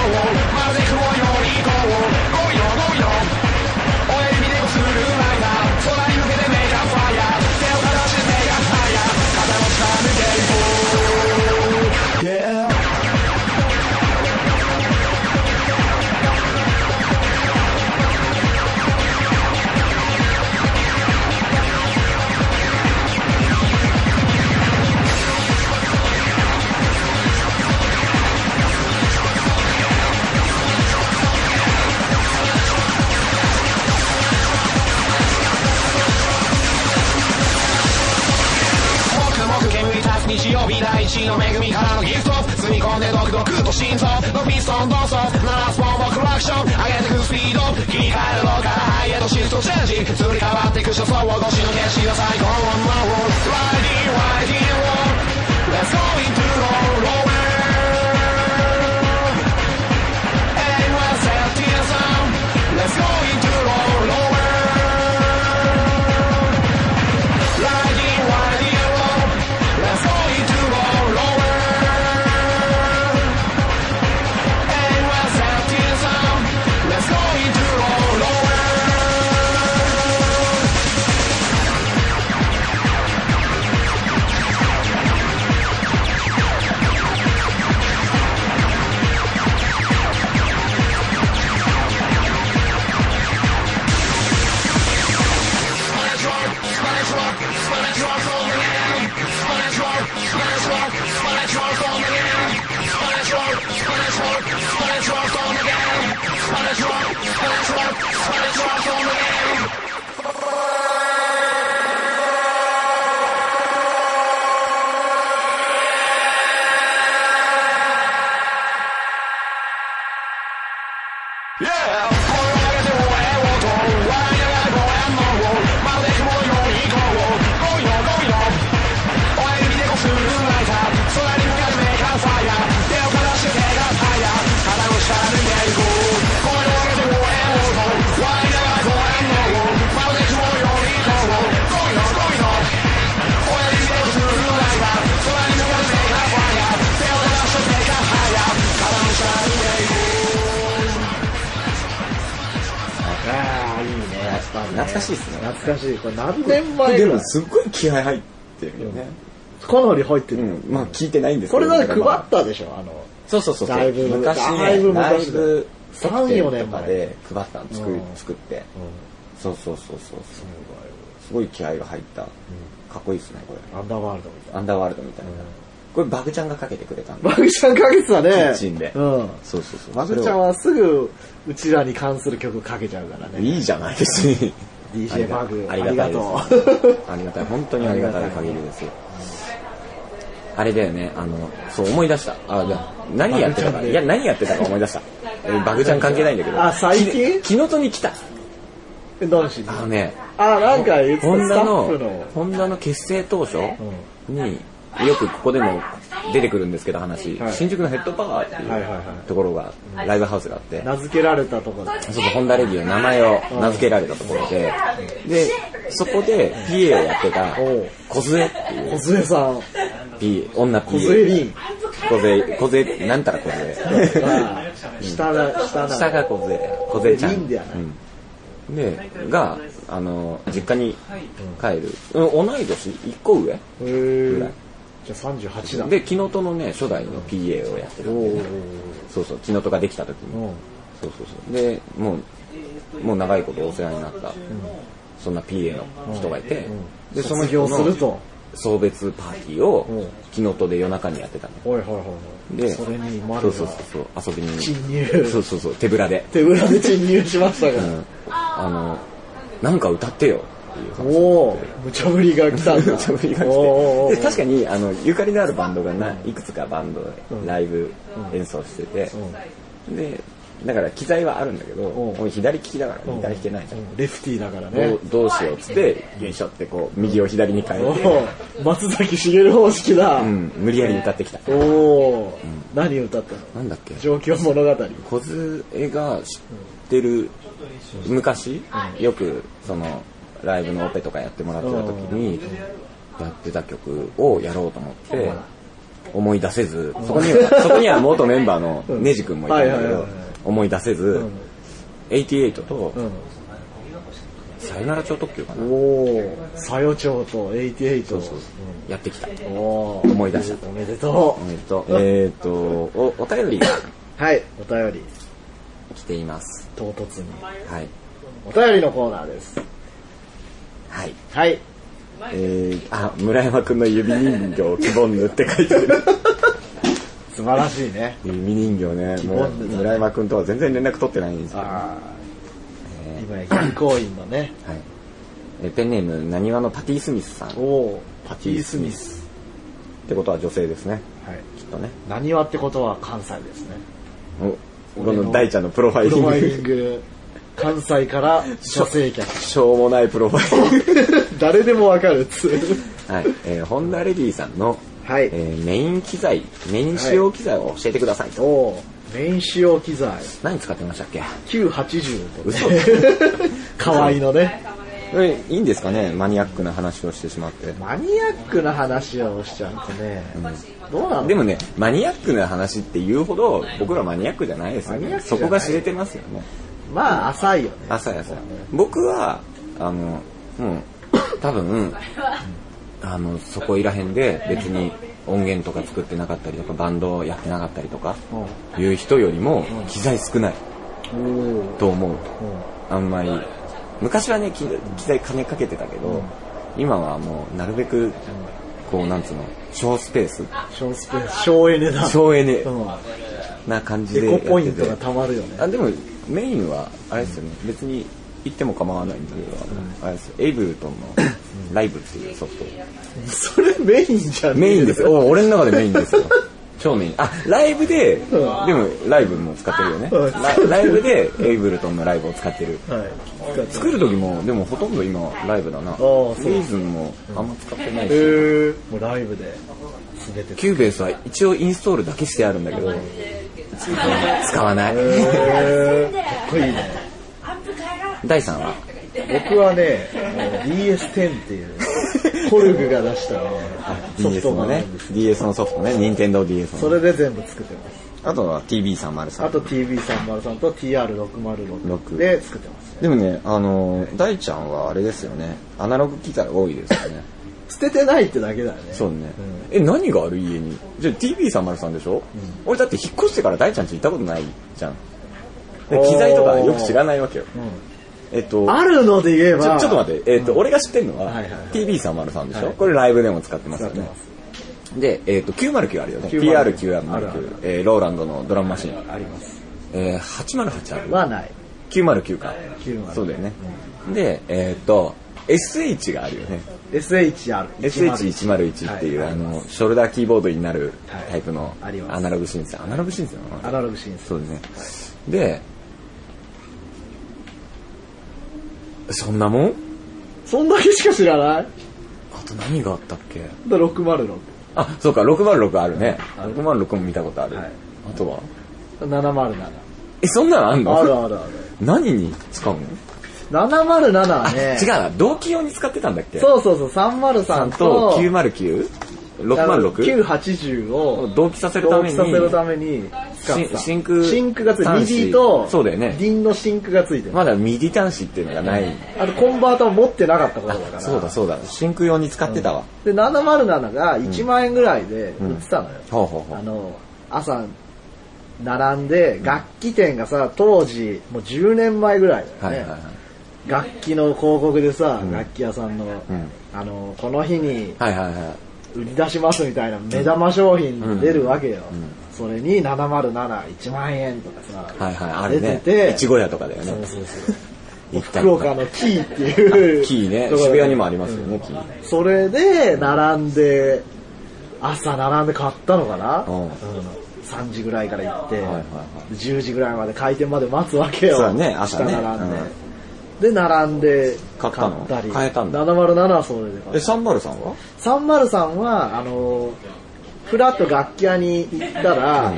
Speaker 3: まるで雲より行こう恋の恋の親指でこするライター空に向けてメイクアップファイヤー手をかざしてメイクアップファイヤー肩の力抜けいこう Yeah. もくもく煙たす日曜日第一の恵みからのギフト積み込んでドクドクと心臓のピストン動作鳴らすボンボクラクション上げてくスピード切り替えるのからハイへとシフトチェンジすり替わってく車窓越しの景色が最高の魔法 Riding, riding on Let's go into the lower Anywhere set in the sun Let's go into the lower Riding, riding along. Let's go into our lower. And we're setting sound. Let's go into our lower.
Speaker 1: はい、かしいですね。
Speaker 2: 懐かしい。これ何年前
Speaker 1: で
Speaker 2: ぐら
Speaker 1: も
Speaker 2: い
Speaker 1: すっごい気合入ってるよね。
Speaker 2: かなり入って
Speaker 1: う
Speaker 2: る。
Speaker 1: ん、まあ聞いてないんですけ
Speaker 2: こ
Speaker 1: ど。
Speaker 2: れだっ
Speaker 1: だ
Speaker 2: て
Speaker 1: から
Speaker 2: 配
Speaker 1: まあ
Speaker 2: ったでしょ、あの、
Speaker 1: そうそうそうそう。
Speaker 2: だいぶ
Speaker 1: 昔ね、
Speaker 2: だいぶ昔だ
Speaker 1: ライブ特典
Speaker 2: 3 4
Speaker 1: と
Speaker 2: 年
Speaker 1: か
Speaker 2: 前
Speaker 1: で配ったの作り
Speaker 2: うん
Speaker 1: 作って。そうそうそうそう。すごい気合が入った。かっこいいですね、これ。
Speaker 2: アンダーワールドみたいな。
Speaker 1: アンダーワールドみたいな。これバグちゃんがかけてくれたんで
Speaker 2: マ。グちゃんかけてたね。キ
Speaker 1: ッチンで
Speaker 2: うん。
Speaker 1: そうそうそう。
Speaker 2: マグちゃんはすぐ、うちらに関する曲かけちゃうから
Speaker 1: それを
Speaker 2: ね。
Speaker 1: いいじゃないですね。
Speaker 2: DJ マグ、
Speaker 1: あ
Speaker 2: あ
Speaker 1: り
Speaker 2: り
Speaker 1: がた
Speaker 2: が
Speaker 1: い
Speaker 2: と
Speaker 1: です。ありがたい。本当にありがたい限りですよ。あれだよね、あの、そう思い出した。あ、だ何やってた
Speaker 2: バ
Speaker 1: か、
Speaker 2: グちゃんね
Speaker 1: いや、何やってたか思い出した。えーバグちゃん関係ないんだけど。
Speaker 2: あ最近
Speaker 1: きのとに来た。
Speaker 2: う。どうしに
Speaker 1: あのね、
Speaker 2: あ、なんか言ってた、
Speaker 1: ホン
Speaker 2: スタ
Speaker 1: ダ
Speaker 2: ッフ
Speaker 1: の
Speaker 2: の、。
Speaker 1: ホンダの結成当初に、よくここでも出てくるんですけど話、
Speaker 2: はい
Speaker 1: 新宿のヘッドパワーって
Speaker 2: はいはい
Speaker 1: い
Speaker 2: は
Speaker 1: う
Speaker 2: い
Speaker 1: ところが、ライブハウスがあって、
Speaker 2: 名付けられたとこだ。
Speaker 1: そうそう、ホンダレディの名前を名付けられたところで、で、そこで PA をやってた
Speaker 2: おう、
Speaker 1: 小杖っていう
Speaker 2: 小杖さん、
Speaker 1: PA、女 PA。
Speaker 2: 小杖凛。
Speaker 1: 小杖、小杖、なんたら小
Speaker 2: あ
Speaker 1: 杖。
Speaker 2: 下だ、下だ。
Speaker 1: 下が小杖、小杖ちゃん。
Speaker 2: 凛だよね
Speaker 1: うんで、が、あの、実家に帰る。うん、同い年、1個上
Speaker 2: へ
Speaker 1: ぐら
Speaker 2: ー
Speaker 1: い。
Speaker 2: じゃあ38だ。
Speaker 1: で、キノトのね、初代の PA をやってる
Speaker 2: お
Speaker 1: んで
Speaker 2: ー
Speaker 1: ね。そうそう、キノトができた時
Speaker 2: う
Speaker 1: に。
Speaker 2: ん
Speaker 1: そうそうそう。で、もう、もう長いことお世話になった、そんな PA の人がいて、で、その
Speaker 2: 卒
Speaker 1: 人
Speaker 2: 業する
Speaker 1: の
Speaker 2: と。
Speaker 1: 送別パーティーを
Speaker 2: うん、
Speaker 1: キノトで夜中にやってたの。
Speaker 2: おいはいはいはい。
Speaker 1: で、
Speaker 2: それに丸が
Speaker 1: そうそうそうそう、遊びに。
Speaker 2: 侵入
Speaker 1: そうそうそう、手ぶらで。
Speaker 2: 手裏で侵入しました
Speaker 1: う
Speaker 2: が。
Speaker 1: ん。あの、なんか歌ってよ、っていう話。
Speaker 2: おお無茶ぶりが来たんだ。
Speaker 1: 無茶ぶりが来て
Speaker 2: おーおーおー
Speaker 1: で確かにあのゆかりのあるバンドがないくつかバンドライブ演奏してて、でだから機材はあるんだけど、
Speaker 2: うん
Speaker 1: 俺左利きだから左弾けないじゃん、
Speaker 2: うんレフティーだから
Speaker 1: ど
Speaker 2: ね
Speaker 1: う。どうしようっつってよいしょってこう右を左に変
Speaker 2: お
Speaker 1: えて、
Speaker 2: お松崎しげる方式だ。
Speaker 1: うん、無理やり歌ってきた、
Speaker 2: おお、何歌ったの
Speaker 1: なんだっけ
Speaker 2: 状況物語。
Speaker 1: 小杖が知ってる昔、よくそのライブのオペとかやってもらってた時にやってた曲をやろうと思って思い出せずそこには そこには元メンバーの
Speaker 2: うん
Speaker 1: ネジ君もいたんだ
Speaker 2: は
Speaker 1: け
Speaker 2: いはいは
Speaker 1: ど
Speaker 2: いはい
Speaker 1: 思い出せず
Speaker 2: ん
Speaker 1: 88と
Speaker 2: うん
Speaker 1: 「さよなら超特急」かな
Speaker 2: おおさよ町と88を。
Speaker 1: やってきた
Speaker 2: うんおー
Speaker 1: 思い出した
Speaker 2: おめでと
Speaker 1: えっとえっとおお便りが
Speaker 2: う。はい、お便り、
Speaker 1: 来ています
Speaker 2: 唐突に。
Speaker 1: はい
Speaker 2: お便りのコーナーです。
Speaker 1: はい
Speaker 2: はい。
Speaker 1: えー、あ村山君の指人形を希望ぬって書いてある
Speaker 2: 素晴らしいね。
Speaker 1: 指人形ね、もう
Speaker 2: 希望です
Speaker 1: 村山君とは全然連絡取ってないんですよ。は
Speaker 2: ああ。今や銀行員のね。
Speaker 1: い。えペンネーム、なにわのパティ・スミスさん。
Speaker 2: お
Speaker 1: っ
Speaker 2: おパ
Speaker 1: ティスミス。てことは女性ですね。
Speaker 2: はい。
Speaker 1: きっとね。
Speaker 2: なにわってことは関西ですね。
Speaker 1: おこの大ちゃんのプロファイ
Speaker 2: プ
Speaker 1: リ
Speaker 2: ロフ
Speaker 1: ン
Speaker 2: ァイリ
Speaker 1: グ。
Speaker 2: ング、関西から女性客。
Speaker 1: しょうもないプロファイ リン
Speaker 2: 誰でもわかるっつう。
Speaker 1: グ。はい。えー、ホンダレディさんの、
Speaker 2: はい
Speaker 1: えーメイン機材、メイン使用機材を教えてくださいと。
Speaker 2: おおメイン使用機材、
Speaker 1: 何使ってましたっけ
Speaker 2: 980と、
Speaker 1: 嘘
Speaker 2: 可愛いのね。
Speaker 1: えいいんですかねマニアックな話をしてしまって。
Speaker 2: マニアックな話をしちゃうとね、どうなの
Speaker 1: でもね、マニアックな話って言うほど、僕らマニアックじゃないですよ
Speaker 2: マニア
Speaker 1: ね。
Speaker 2: ックじ
Speaker 1: そ
Speaker 2: ゃない
Speaker 1: こが知れてますよね。
Speaker 2: まあ、浅いよね。
Speaker 1: 朝やさ僕はあのもう 多分あのそこいらへんで別に音源とか作ってなかったりとかバンドやってなかったりとか
Speaker 2: うん
Speaker 1: いう人よりも機材少ない
Speaker 2: おー
Speaker 1: と思う
Speaker 2: うん
Speaker 1: あんまり昔はね機機材金かけてたけど今はもうなるべくこうなんつうの小スペース
Speaker 2: 小スペース、省エネだ。
Speaker 1: 省エネ
Speaker 2: うん
Speaker 1: な感じでや
Speaker 2: エ
Speaker 1: っ
Speaker 2: コポイ
Speaker 1: て
Speaker 2: ントが
Speaker 1: て
Speaker 2: たまるよね。
Speaker 1: あでもメインはあれですよね、別に行っても構わないんだけど、あれですよエイブルトン のライブっていうソフト
Speaker 2: それメインじゃねえ
Speaker 1: メインですよ お俺の中でメインですよ超メインあライブで、で
Speaker 2: ん
Speaker 1: もライブも使ってるよね、
Speaker 2: うん
Speaker 1: ラライブでエイブルトンのライブを使ってる
Speaker 2: はい。
Speaker 1: 作る時もでもほとんど今ライブだなウ
Speaker 2: そう
Speaker 1: ィーズンもあんま使ってないし、
Speaker 2: へえ。もうライブで、全て
Speaker 1: キューベースは一応インストールだけしてあるんだけど使わない
Speaker 2: へーかっこいいね。
Speaker 1: 第3話
Speaker 2: 僕はね、DS10 っていう、コルグが出したねソフ
Speaker 1: DS
Speaker 2: ト
Speaker 1: の
Speaker 2: があ
Speaker 1: ね
Speaker 2: るんです。
Speaker 1: DS のソフトね任天堂 DS の
Speaker 2: それで全部作ってます。
Speaker 1: あとは TB303。
Speaker 2: あと TV303 と TR606
Speaker 1: 6
Speaker 2: で作ってますね。
Speaker 1: でもね、あの、大ちゃんはあれですよね。アナログ機材多いですよね。
Speaker 2: 捨ててないってだけだよね。
Speaker 1: そうね。え、何がある家にじゃあ TB303 でしょ、俺だって引っ越してから大ちゃんち行ったことないじゃん。で機材とかよく知らないわけよ。えっと、
Speaker 2: あるので言え
Speaker 1: ち
Speaker 2: ば。
Speaker 1: ょちょっと待って、えっ、と、俺が知ってるのは、
Speaker 2: はいはいはい
Speaker 1: TB303 でしょ、
Speaker 2: はい
Speaker 1: これライブでも使ってますよ
Speaker 2: 使っ
Speaker 1: ね
Speaker 2: てま。
Speaker 1: で、えっ、と、909あるよね。
Speaker 2: 909
Speaker 1: PR909
Speaker 2: あるある
Speaker 1: えーローランドのドラムマシン。
Speaker 2: あります。
Speaker 1: えー808ある
Speaker 2: はない。
Speaker 1: 909か。
Speaker 2: 909
Speaker 1: そうだよね。で、えっ、と、SH があるよね。
Speaker 2: SHR。
Speaker 1: SH101 っていう、
Speaker 2: はい
Speaker 1: あの、ショルダーキーボードになる
Speaker 2: はい
Speaker 1: タイプの
Speaker 2: あります
Speaker 1: アナログシンセ。アナログシンセなのかな
Speaker 2: アナログシンセ
Speaker 1: そうですね。で、そんなもん
Speaker 2: そんだけしか知らない
Speaker 1: あと何があったっけ
Speaker 2: あと606。
Speaker 1: あ、そうか、606あるね。
Speaker 2: ある
Speaker 1: 606も見たことある。
Speaker 2: はい
Speaker 1: あとは
Speaker 2: 707。
Speaker 1: え、そんなのあんの
Speaker 2: あるあるある。
Speaker 1: 何に使うの、
Speaker 2: 707は
Speaker 1: あ、
Speaker 2: ね。
Speaker 1: 違うな。同期用に使ってたんだっけう。
Speaker 2: そうそうそう、303
Speaker 1: 3
Speaker 2: と
Speaker 1: と、909、606
Speaker 2: 980
Speaker 1: を
Speaker 2: を
Speaker 1: 同期させるた
Speaker 2: 同
Speaker 1: め
Speaker 2: 期
Speaker 1: に。
Speaker 2: させるために使ってた。
Speaker 1: シンク
Speaker 2: シンクがついてる。
Speaker 1: 端子
Speaker 2: MIDI と、
Speaker 1: そうだよね
Speaker 2: ディンのシンクがついてる。
Speaker 1: まだミディ端子っていうのがない。
Speaker 2: あとコンバーターを持ってなかったことだから。
Speaker 1: そうだそうだ。真空用に使ってたわ。
Speaker 2: で、707が1万円ぐらいで売ってたのよ。
Speaker 1: ほうほうほ
Speaker 2: あ
Speaker 1: う。
Speaker 2: の、朝、並んで、楽器店がさ、当時、もう10年前ぐらいだ
Speaker 1: はい
Speaker 2: よ
Speaker 1: はい
Speaker 2: ね
Speaker 1: はい。。
Speaker 2: 楽器の広告でさ、
Speaker 1: ん
Speaker 2: 楽器屋さんの
Speaker 1: ん、
Speaker 2: あの、この日に
Speaker 1: はいはいはい。
Speaker 2: 売り出しますみたいな目玉商品出るわけよ
Speaker 1: ん。
Speaker 2: それに707、1万円とか
Speaker 1: はいはい。あ
Speaker 2: さ、
Speaker 1: れ
Speaker 2: 出
Speaker 1: ね
Speaker 2: て。て、
Speaker 1: いちご屋とかだよ
Speaker 2: そう
Speaker 1: ね。
Speaker 2: そうそう。
Speaker 1: 行ったりと
Speaker 2: 福
Speaker 1: か
Speaker 2: 岡のキーっていう。
Speaker 1: キーね。
Speaker 2: ところ
Speaker 1: 渋谷にもありますよね、キー。
Speaker 2: それで、並んで、朝並んで買ったのかな、
Speaker 1: うん
Speaker 2: 3時ぐらいから行って、
Speaker 1: はいはいはい
Speaker 2: 10時ぐらいまで開店まで待つわけよ。
Speaker 1: そうだね朝ね
Speaker 2: 下並んで。で、並んで、
Speaker 1: 買ったの
Speaker 2: 買ったり。
Speaker 1: 買えたんだ
Speaker 2: 707はそれで
Speaker 1: え、
Speaker 2: 買った。
Speaker 1: サンバルさんは
Speaker 2: 303は、あのー、フラッと楽器屋に行ったら、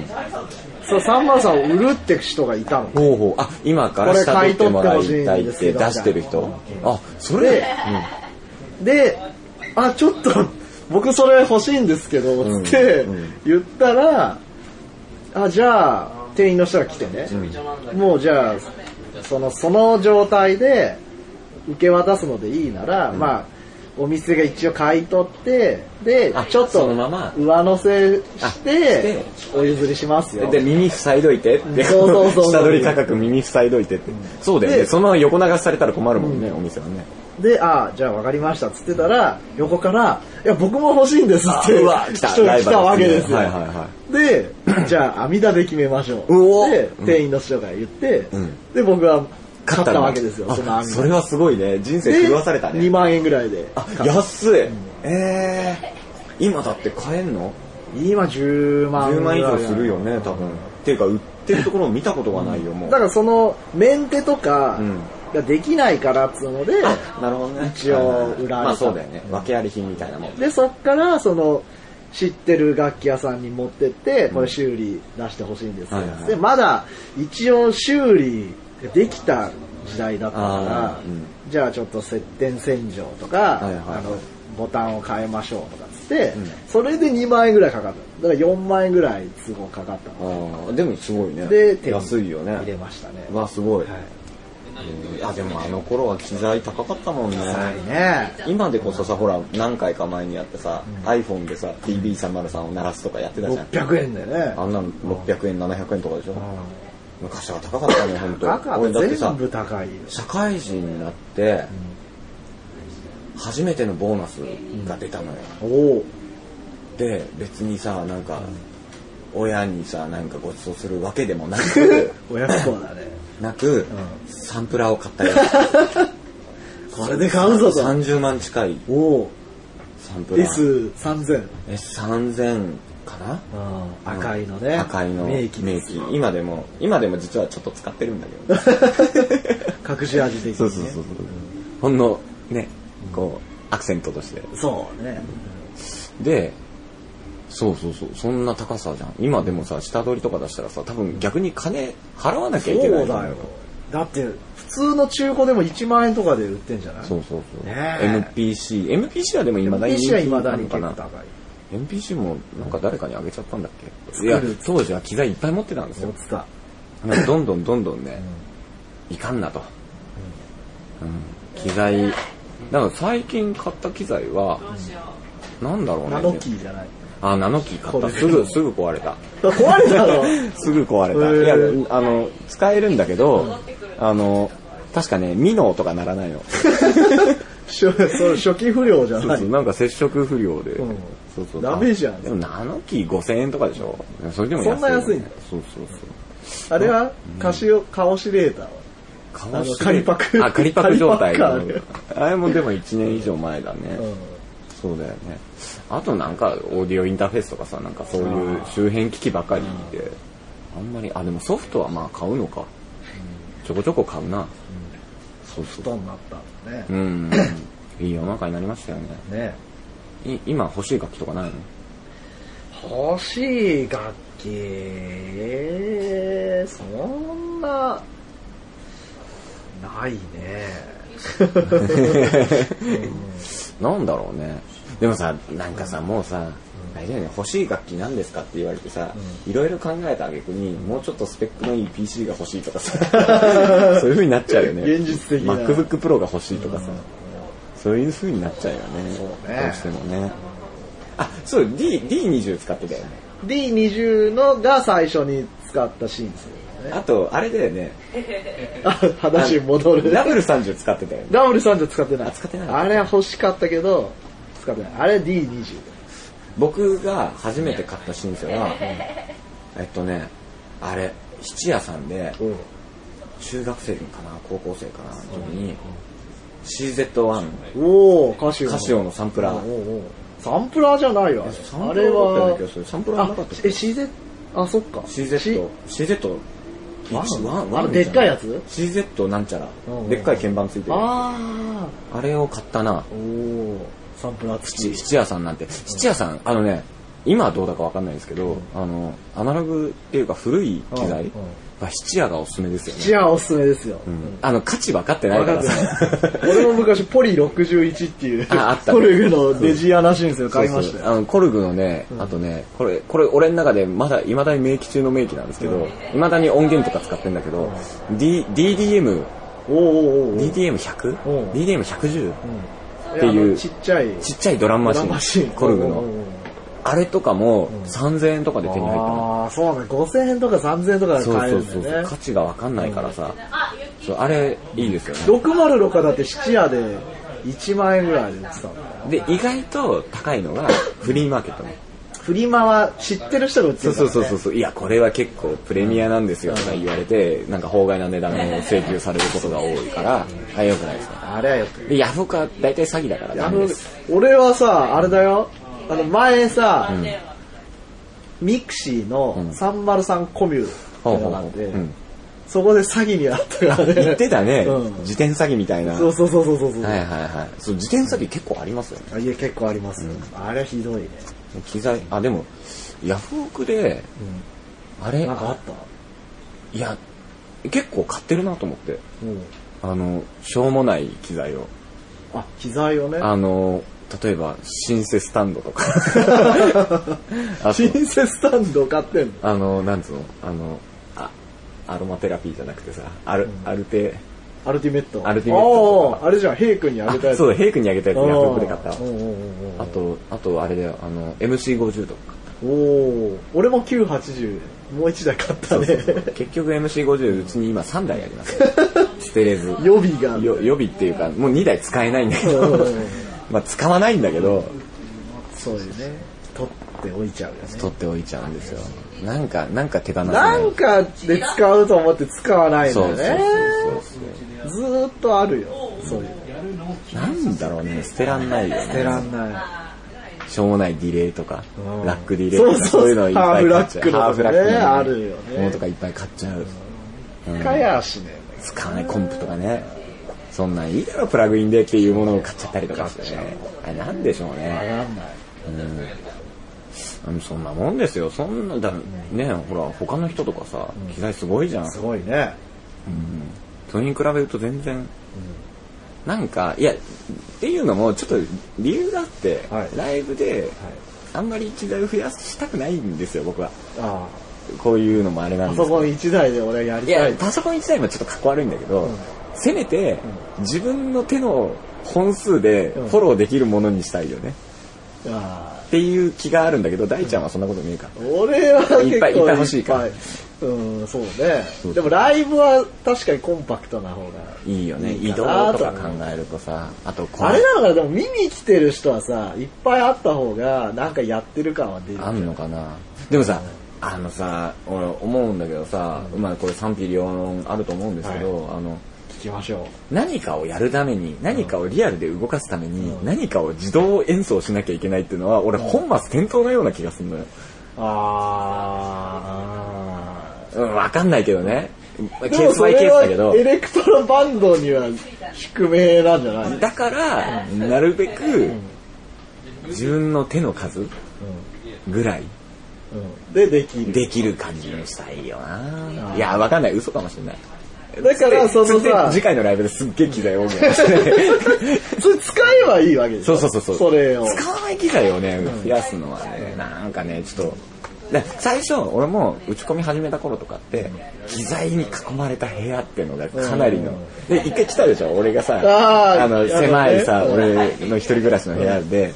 Speaker 2: そう303を売るって人がいたの。
Speaker 1: ほうほう。あ、今から
Speaker 2: これ
Speaker 1: 下取
Speaker 2: 買
Speaker 1: っ
Speaker 2: い
Speaker 1: て
Speaker 2: 取
Speaker 1: も
Speaker 2: っ
Speaker 1: ら
Speaker 2: て
Speaker 1: い
Speaker 2: ほしいん
Speaker 1: たいっ
Speaker 2: で
Speaker 1: て
Speaker 2: すけ
Speaker 1: 出
Speaker 2: ど
Speaker 1: してる人
Speaker 2: みたい。な
Speaker 1: あ、それ、
Speaker 2: でで、あ、ちょっと、僕それ欲しいんですけど、つって
Speaker 1: うんうん
Speaker 2: 言ったら、あ、じゃあ、店員の人が来てね、もうじゃあ、その、その状態で受け渡すのでいいなら、まあ、お店が一応買い取って、で
Speaker 1: あ、
Speaker 2: ちょっ
Speaker 1: そ
Speaker 2: と
Speaker 1: のまま
Speaker 2: 上乗せ
Speaker 1: あ
Speaker 2: し
Speaker 1: して
Speaker 2: て、お譲りします
Speaker 1: うん
Speaker 2: よ。
Speaker 1: で、耳塞いどいてって。
Speaker 2: そうそうそうそう
Speaker 1: 下取り価格耳塞いどいてって。そうだよね。
Speaker 2: で
Speaker 1: そのまま横流しされたら困るもんね、お店はね。
Speaker 2: で、あじゃあ分かりましたっつってたら、横から、いや、僕も欲しいんですって、
Speaker 1: あうわ来た
Speaker 2: 人が来たわけですよ。
Speaker 1: ライバルで
Speaker 2: で、じゃあ、網田で決めましょ
Speaker 1: うお
Speaker 2: う。で、店員の人が言って、
Speaker 1: ん
Speaker 2: で、僕は買ったわけですよ、
Speaker 1: あ
Speaker 2: その網
Speaker 1: それはすごいね。人生
Speaker 2: で
Speaker 1: 狂わされた
Speaker 2: 2
Speaker 1: ね。
Speaker 2: 万円ぐらいで。
Speaker 1: あ、安い。えー。今だって買えんの
Speaker 2: 今10万
Speaker 1: 10
Speaker 2: ぐら
Speaker 1: 万
Speaker 2: い
Speaker 1: 以上するよね、多分。っていうか、売ってるところを見たことがないよ、もう。
Speaker 2: だから、その、メンテとか
Speaker 1: うん
Speaker 2: ができないからっつうので、
Speaker 1: なるほどね。
Speaker 2: 一応売られた
Speaker 1: まあそうだよね。訳あり品みたいなもん。
Speaker 2: で、そっから、その、知ってる楽器屋さんに持ってって、これ修理出してほしいんですよ
Speaker 1: はいはい
Speaker 2: で、まだ、一応修理できた時代だった
Speaker 1: あ
Speaker 2: か
Speaker 1: ーうん
Speaker 2: ら、じゃあちょっと接点洗浄と
Speaker 1: は
Speaker 2: か、
Speaker 1: いはいはい
Speaker 2: あの、ボタンを変えましょうとかっつって
Speaker 1: うん、
Speaker 2: それで2万円ぐらいかかった。だから4万円ぐらい都合かかった
Speaker 1: あーでもすごいね。
Speaker 2: の。で、手に
Speaker 1: 安いよね。
Speaker 2: 入れましたね。
Speaker 1: うわ、すごい。
Speaker 2: はい
Speaker 1: うんいや、でもあの頃は機材高かったもんね。
Speaker 2: はいね。
Speaker 1: 今でこそさ、ほら、何回か前にやってさ、iPhone でさ、TB303 を鳴らすとかやってたじゃん。
Speaker 2: 600円だよね。
Speaker 1: あんなの600円、700円とかでしょ
Speaker 2: う。ん
Speaker 1: 昔は高かったね、ほんと
Speaker 2: バカ。
Speaker 1: 俺だってさ
Speaker 2: 全、部高いよ。
Speaker 1: 社会人になって、初めてのボーナスが出たのよ。
Speaker 2: おお。
Speaker 1: で別にさなんか親にさなんかご馳走するわけでもな く
Speaker 2: 親不孝だね。
Speaker 1: なく、
Speaker 2: ん
Speaker 1: サンプラーを買った よ
Speaker 2: これで買うぞと。
Speaker 1: 30万近い
Speaker 2: おお
Speaker 1: サンプラー
Speaker 2: S3000
Speaker 1: S3000 かな
Speaker 2: 赤いのね
Speaker 1: 赤いの
Speaker 2: 名機
Speaker 1: 名
Speaker 2: で
Speaker 1: 機
Speaker 2: す
Speaker 1: 今でも今でも実はちょっと使ってるんだけど
Speaker 2: 隠し味的に ね
Speaker 1: そうそうそうそうほんのねこうアクセントとして
Speaker 2: そうね
Speaker 1: でそうそうそうそんな高さじゃん今でもさ下取りとか出したらさ多分逆に金払わなきゃいけない
Speaker 2: そうだよだって普通の中古でも1万円とかで売ってんじゃない
Speaker 1: そうそうそう。
Speaker 2: ねえ
Speaker 1: MPC。MPC はでも今だに人
Speaker 2: は
Speaker 1: 気な
Speaker 2: 未だ
Speaker 1: の
Speaker 2: に結
Speaker 1: か
Speaker 2: 構
Speaker 1: な。
Speaker 2: 高い
Speaker 1: MPC もなんか誰かにあげちゃったんだっけい
Speaker 2: 作る
Speaker 1: や、当時は機材いっぱい持ってたんです
Speaker 2: 持っ
Speaker 1: よ。
Speaker 2: てた
Speaker 1: なんかどんどんどんどんね、いかんなと。うん、機材なんか最近買った機材は、なんだろうね
Speaker 2: ナノキーじゃない。
Speaker 1: あナノキー買っ
Speaker 2: こ
Speaker 1: た
Speaker 2: れ
Speaker 1: すぐすぐ壊れた
Speaker 2: 壊れたの
Speaker 1: すぐ壊れた、
Speaker 2: へー
Speaker 1: いやあの使えるんだけど、あの確かねミノーとかならないの
Speaker 2: 初それ初期不良じゃ
Speaker 1: そ
Speaker 2: な
Speaker 1: う
Speaker 2: い
Speaker 1: そう。 なんか接触不良で、
Speaker 2: ん
Speaker 1: そうそう
Speaker 2: ダメじゃん
Speaker 1: でもナノキー5000円とかでしょそれでも
Speaker 2: そんな安いんだ
Speaker 1: そうそうそう
Speaker 2: あれは、カシオ、カオシレーターは。
Speaker 1: カ
Speaker 2: あの仮パク
Speaker 1: あ、仮パク状態。
Speaker 2: 仮パク
Speaker 1: あれもでも1年以上前だね。
Speaker 2: うん
Speaker 1: そうだよね。あとなんか、オーディオインターフェースとかさ、なんかそういう周辺機器ばかりで、あんまり、あ、でもソフトはまあ買うのか。ちょこちょこ買うな。そうそ
Speaker 2: こと
Speaker 1: う。
Speaker 2: になったんだね
Speaker 1: う。ん。いい世の中になりましたよね。
Speaker 2: ね
Speaker 1: い今欲しい楽器とかないの
Speaker 2: 欲しい楽器、そんな、 ないね。
Speaker 1: なんだろうね。でもさ、なんかさ、もうさ、あれだよね、欲しい楽器何ですかって言われてさ、いろいろ考えた挙句に、もうちょっとスペックのいい PC が欲しいとかさ、 そういう風になっちゃうよね。
Speaker 2: 現実的な
Speaker 1: MacBook Pro が欲しいとかさ、そういう風になっちゃうよね。
Speaker 2: そうね
Speaker 1: どうしてもね。あ、そう、D、D20 使ってたよね。
Speaker 2: D20 のが最初に使ったシーンですよね。
Speaker 1: あと、あれだよね、
Speaker 2: あ、話に戻る。
Speaker 1: ダブル30使ってたよね。
Speaker 2: ダブル30使ってない。
Speaker 1: あ使ってない
Speaker 2: あれは欲しかったけど、使ってない。あれ D20。
Speaker 1: 僕が初めて買ったシンセは、えっとね、あれ、質屋さんで、中学生かな高校生かなの時に CZ1
Speaker 2: おー、カシオ。
Speaker 1: カシオのサンプラー
Speaker 2: おうおうサンプラーじゃないわ。
Speaker 1: サン
Speaker 2: あ
Speaker 1: プラ
Speaker 2: れ
Speaker 1: ーだったんだ
Speaker 2: は
Speaker 1: けど、それサンプラー
Speaker 2: あ
Speaker 1: なかったっ、け
Speaker 2: え、CZ、あ、そっか。
Speaker 1: CZ1 CZ
Speaker 2: ワン
Speaker 1: ワン
Speaker 2: あ
Speaker 1: ワ
Speaker 2: の
Speaker 1: ン
Speaker 2: でっかいやつ
Speaker 1: CZ なんちゃら
Speaker 2: うんうん
Speaker 1: でっかい鍵盤ついてるあ
Speaker 2: あ
Speaker 1: れを買ったな
Speaker 2: ー。おー、サンプラー
Speaker 1: 七
Speaker 2: 土。
Speaker 1: 七屋さんなんて七屋さんあのね今はどうだかわかんないですけどあのアナログっていうか古い機
Speaker 2: うんう
Speaker 1: 材
Speaker 2: ん
Speaker 1: は七屋がおすすめですよ
Speaker 2: 土
Speaker 1: ね
Speaker 2: はおすすめですよ。
Speaker 1: うんあの価値分かってない
Speaker 2: 分
Speaker 1: か
Speaker 2: からって
Speaker 1: さ
Speaker 2: ない。俺も昔、ポリ61っていう、
Speaker 1: ああった
Speaker 2: トルグのデジアナシンセを買いま
Speaker 1: そ
Speaker 2: し
Speaker 1: う
Speaker 2: た
Speaker 1: そう
Speaker 2: よ。
Speaker 1: あのコルグのね、あとねこれこれ俺の中でまだいまだに名機中の名機なんですけどいま、未だに音源とか使ってんだけど、D、DDM
Speaker 2: おーおーおー
Speaker 1: DDM100、
Speaker 2: うん
Speaker 1: DDM110、
Speaker 2: って
Speaker 1: いう
Speaker 2: ちっちゃい。
Speaker 1: ちっちゃいドラムマシン
Speaker 2: マシン。
Speaker 1: コルグ
Speaker 2: おうおう
Speaker 1: の
Speaker 2: おう
Speaker 1: あれとかも3000円とかで手に入ったの
Speaker 2: ああ、そうね。5000円とか3000円とかで
Speaker 1: そう
Speaker 2: 買え
Speaker 1: そう
Speaker 2: る
Speaker 1: んそ
Speaker 2: だ
Speaker 1: う、
Speaker 2: よね
Speaker 1: 価。値が分かんないからさ、そうあれいいですよね
Speaker 2: 606だって質屋で1万円ぐらいで売ってたの。
Speaker 1: で意外と高いのがフリーマーケットね
Speaker 2: フリマは知ってる人が売って
Speaker 1: そう
Speaker 2: るか
Speaker 1: そ
Speaker 2: ら
Speaker 1: うそ
Speaker 2: ね
Speaker 1: うそうそういやこれは結構プレミアなんですよとか言われてなんか法外な値段を請求されることが多いからあよくないですね
Speaker 2: あれはよく。
Speaker 1: でヤフオクは大体詐欺だからダメです
Speaker 2: 俺はさ、あれだよ。あの前さ、ミクシーの
Speaker 1: ん
Speaker 2: 303コミュって
Speaker 1: ほう
Speaker 2: いう
Speaker 1: ほ
Speaker 2: の
Speaker 1: う
Speaker 2: があ
Speaker 1: ほ
Speaker 2: っ
Speaker 1: う、
Speaker 2: て
Speaker 1: うん、
Speaker 2: そこで詐欺にあったからね。
Speaker 1: 言ってたね、
Speaker 2: うん
Speaker 1: 自転詐欺みたいな
Speaker 2: そうそうそうそうそうそう。
Speaker 1: はいはいはいそう自転詐欺結構ありますよね
Speaker 2: あいや、結構ありますよ。あれはひどいね。
Speaker 1: 機材あでもヤフオクで、あれ
Speaker 2: なんかあっ
Speaker 1: いや結構買ってるなと思って
Speaker 2: たうん。
Speaker 1: あのしょうもない機材を
Speaker 2: あ、機材をね。
Speaker 1: あの例えばシンセスタンドと かあと
Speaker 2: シンセスタンド買ってんの
Speaker 1: あの、なんつうの、あの、あアロマテラピーじゃなくてさ、アル、アルテ、
Speaker 2: アルティメット。
Speaker 1: アルティメット
Speaker 2: あーあれじゃん、ヘイ君にあ
Speaker 1: あ
Speaker 2: げたやつ。
Speaker 1: そう
Speaker 2: う、
Speaker 1: だ、ヘイクにあげたやつ、ヤフオクで買ったわ
Speaker 2: お。ーおーおー
Speaker 1: あと、あとあれだよ、あの、MC50 とか
Speaker 2: おー俺も980、もう一台買ったね。
Speaker 1: 買った。結局 MC50、うちに今3台あり ます。捨てれず。よ
Speaker 2: 予備が。
Speaker 1: 予備っていうか、もう2台使えないんだけ
Speaker 2: う
Speaker 1: ど
Speaker 2: ん、
Speaker 1: まあ使わないんだけど、
Speaker 2: そういうね。取っておいちゃうよね。
Speaker 1: 取っておいちゃうんですよ。なんか、なんか手放せな。
Speaker 2: ないんかで使うと思って使わないんだ
Speaker 1: そ
Speaker 2: よ
Speaker 1: うそうそう
Speaker 2: ね。
Speaker 1: そう
Speaker 2: ずーっとあるよ。そういう。
Speaker 1: なんだろうね、捨てらんないよね。
Speaker 2: 出らんない。
Speaker 1: しょうもないディレイとか、
Speaker 2: うん
Speaker 1: ラックディレイとか、
Speaker 2: そうそう
Speaker 1: そういうのをいっぱい買っちゃう。
Speaker 2: ハーフラックのとかね
Speaker 1: ハーフラッ
Speaker 2: あ
Speaker 1: クの
Speaker 2: るよね
Speaker 1: ものとかいっぱい買っちゃう。
Speaker 2: 使やしねえ
Speaker 1: 使わないコンプとかね。そんなんいいだろ、プラグインでっていうものを買っちゃったりとかしてね。あれなんでしょう
Speaker 2: ね。
Speaker 1: ね。
Speaker 2: わかんない。
Speaker 1: うんそんなもんですよ。そんな、だね、ほら、他の人とかさ、機材すごいじゃん。
Speaker 2: すごいね。
Speaker 1: それに比べると全然。なんか、いや、っていうのも、ちょっと理由があって
Speaker 2: はい、
Speaker 1: ライブで、あんまり機材を増やしたくないんですよ、僕は。
Speaker 2: あ
Speaker 1: こういうのもあれな
Speaker 2: あ。
Speaker 1: んで
Speaker 2: パ
Speaker 1: す
Speaker 2: ソ
Speaker 1: けど
Speaker 2: コン一台で俺はやり
Speaker 1: い
Speaker 2: た
Speaker 1: や
Speaker 2: い、。
Speaker 1: パソコン自体もちょっとかっこ悪いんだけど、せめて、自分の手の本数でフォローできるものにしたいよね。
Speaker 2: あ
Speaker 1: っていう気があるんだけど、大ちゃんはそんなことねえか。
Speaker 2: ー俺は結構
Speaker 1: いっぱいいっぱい欲しいから
Speaker 2: っぱいうん、そうね
Speaker 1: そう
Speaker 2: でもライブは確かにコンパクトな方が。
Speaker 1: いいよね。
Speaker 2: い
Speaker 1: 移
Speaker 2: いか
Speaker 1: 動
Speaker 2: な
Speaker 1: と
Speaker 2: と
Speaker 1: か
Speaker 2: は
Speaker 1: 考えるとさ、あとこ
Speaker 2: あれなのかなでも見に来てる人はさ、いっぱいあった方が、なんかやってる感は出る。
Speaker 1: あんのかなでもさ、あのさ、俺思うんだけどさ、まあこれ賛否両論あると思うんですけど、あの、
Speaker 2: 聞きましょ
Speaker 1: 何かをやるために、何かをリアルで動かすために、
Speaker 2: うん
Speaker 1: 何かを自動演奏しなきゃいけないっていうのは、俺本末転倒のような気がするのよ。
Speaker 2: う。あ
Speaker 1: うん、わかんないけどね。ケ
Speaker 2: ー。で
Speaker 1: ー
Speaker 2: も
Speaker 1: ス
Speaker 2: そ
Speaker 1: バイケー
Speaker 2: れ
Speaker 1: ス
Speaker 2: は
Speaker 1: だけど
Speaker 2: エ。レクトロバンドには宿命なんじゃない
Speaker 1: だから、なるべく、自分の手の数ぐらい
Speaker 2: うんうんで、できる。
Speaker 1: できる感じにしたいよな。いや、わかんない。嘘かもしれない。
Speaker 2: だから、その
Speaker 1: つって
Speaker 2: さ、
Speaker 1: 次回のライブですっげえ機材多くなって
Speaker 2: それ使えばいいわけでし
Speaker 1: そ
Speaker 2: ょ
Speaker 1: うそうそうそう。
Speaker 2: それを。
Speaker 1: 使わない機材をね、増やすのはね、なんかね、ちょっと。で最初、俺も打ち込み始めた頃とかって、機材に囲まれた部屋っていうのがかなりの。で、一回来たでしょ、俺がさ、
Speaker 2: あー
Speaker 1: あの、狭いさ、
Speaker 2: あの
Speaker 1: 俺
Speaker 2: ね
Speaker 1: の一人暮らしの部屋で、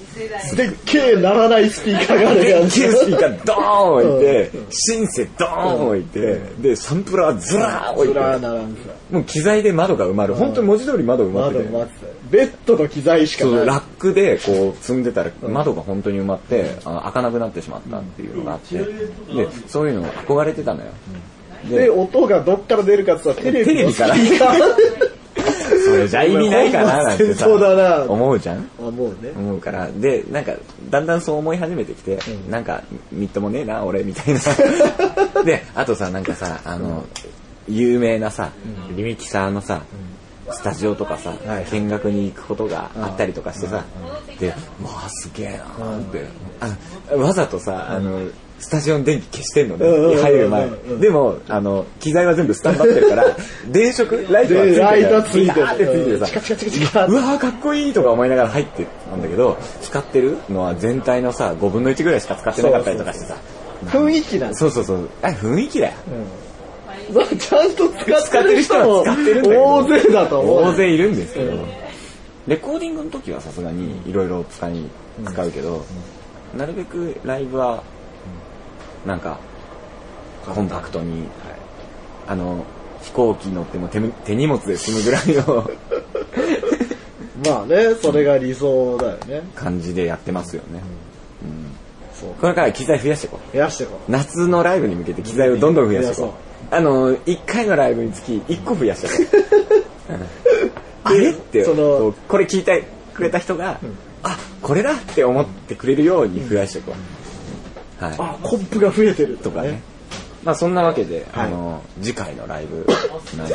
Speaker 2: でっけえならないスピーカーがある
Speaker 1: で
Speaker 2: や
Speaker 1: っ
Speaker 2: つ
Speaker 1: けえスピーカードーン置いて、シンセドーン置いて、で、サンプラーずらー置い
Speaker 2: ずらー
Speaker 1: て、
Speaker 2: ならんさ。
Speaker 1: もう機材で窓が埋まる。本当に文字通り窓埋まっ
Speaker 2: 窓
Speaker 1: てて。
Speaker 2: 待ってたよベッドの機材しか
Speaker 1: そう
Speaker 2: な
Speaker 1: ラ
Speaker 2: い。
Speaker 1: ックでこう積んでたら窓が本当に埋まって、あの開かなくなってしまったっていうのがあって、でそういうのを憧れてたのよ、
Speaker 2: で、音がどっから出るかってさ、テレビのスピーカー。
Speaker 1: それじゃ意味ないかななんて さ
Speaker 2: 本末転倒だな
Speaker 1: 思うじゃん
Speaker 2: あ、もうね。
Speaker 1: 思うからでなんかだんだんそう思い始めてきて、なんかみっともねえな俺みたい なであとさなんかさあの有名なさ、リミキサーのさ、スタジオとかさ、見学に行くことがあったりとかしてさ、で、まあすげえなーって、あわざとさ、あの、スタジオの電気消してんのね、
Speaker 2: うんうんうんうん
Speaker 1: 入る前。でも、あの、機材は全部スタンバってる から、電飾、ライトはついて
Speaker 2: で、
Speaker 1: る。
Speaker 2: ライトつい
Speaker 1: ピカーって
Speaker 2: て
Speaker 1: ついて
Speaker 2: る。
Speaker 1: る
Speaker 2: うん
Speaker 1: さ
Speaker 2: チ、カチカチカチカ
Speaker 1: う。わーかっこいいとか思いながら入ってたんだけど、使ってるのは全体のさ、5分の1ぐらいしか使ってなかったりとかしてさ、
Speaker 2: 雰囲気なんです
Speaker 1: そうそうそう、あ雰囲気だよ。
Speaker 2: ちゃんと使
Speaker 1: 使
Speaker 2: っ
Speaker 1: ってて
Speaker 2: る
Speaker 1: る
Speaker 2: 人
Speaker 1: 人
Speaker 2: も
Speaker 1: は使ってるんだけど
Speaker 2: 大勢だと思う。
Speaker 1: 大勢いるんですけど、レコーディングの時はさすがにいろいろ使い使うけど、なるべくライブはなんかコンパクトに、あの飛行機乗っても手む手荷物で済むぐらいの
Speaker 2: まあね、それが理想だよね。
Speaker 1: 感じでやってますよね、
Speaker 2: そう。
Speaker 1: これから機材増やしていこう
Speaker 2: 増やしていこ
Speaker 1: 夏のライブに向けて機材をどんどん増やしていこうあの1回のライブにつき1個増やしてい こう、うんあれって
Speaker 2: その
Speaker 1: こうこれ聞いてくれた人が、あこれだって思ってくれるように増やしていこう、
Speaker 2: う。
Speaker 1: は
Speaker 2: あ、コップが増えてる
Speaker 1: い、
Speaker 2: と
Speaker 1: と
Speaker 2: か
Speaker 1: かね
Speaker 2: ね。
Speaker 1: まあそんなわけで、
Speaker 2: はい
Speaker 1: あの次回のライ ブなんで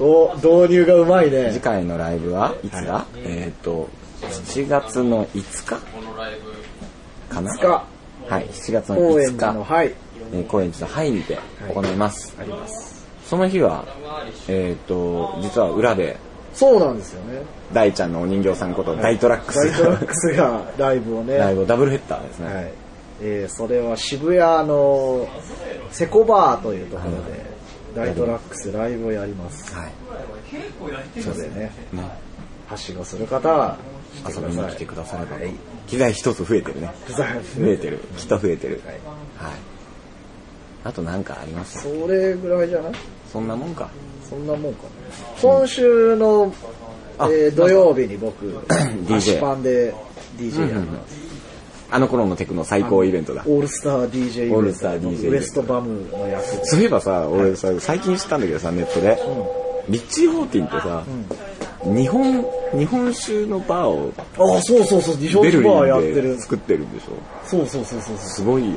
Speaker 2: お、導入がうまい
Speaker 1: 次
Speaker 2: ね。
Speaker 1: 回のライブはいつだ、えっ、と7月の5日かな
Speaker 2: つか、
Speaker 1: はい7月の
Speaker 2: 公
Speaker 1: 5
Speaker 2: 園
Speaker 1: 日
Speaker 2: の、はい。
Speaker 1: えー、高円寺の範囲にて行います。その日は、えっ、と、実は裏で、
Speaker 2: そうなんですよね。
Speaker 1: 大ちゃんのお人形さんこと、大トラックス
Speaker 2: ライトラックスがライブを ね。
Speaker 1: ライブダブルヘッダーですね。
Speaker 2: はい。えーそれは渋谷のセコバーというところで、ライトラックスライブをやります。
Speaker 1: はい。
Speaker 2: そうでね、
Speaker 1: ね
Speaker 2: はしごする方は来て
Speaker 1: 遊
Speaker 2: く
Speaker 1: び
Speaker 2: だ
Speaker 1: に来
Speaker 2: さい。
Speaker 1: てくだされば、機材一つ増えてるね。
Speaker 2: ください
Speaker 1: 増えてる。きっと増えてる。はい。あとなんかあります
Speaker 2: それぐらいじゃない
Speaker 1: そんなもんか。
Speaker 2: そんなもんかな。今週の、
Speaker 1: あ
Speaker 2: えー土曜日に 僕、
Speaker 1: DJ
Speaker 2: 足パンで DJ やります。
Speaker 1: あの頃のテクノ最高イベントだ。
Speaker 2: オールスター DJ イベント
Speaker 1: オールスター DJ
Speaker 2: ウエストバムの役
Speaker 1: そういえばさ、俺さ、最近知ったんだけどさ、ネットで。リッチー・ホーティンってさ、日本、日本酒のバーを
Speaker 2: ああ、そうそうそう、日本
Speaker 1: ベ
Speaker 2: 酒
Speaker 1: ルリ
Speaker 2: バーやっ
Speaker 1: ン
Speaker 2: て
Speaker 1: で
Speaker 2: る。
Speaker 1: 作ってるんでしょ
Speaker 2: そうそうそうそうそう。
Speaker 1: すごいよね。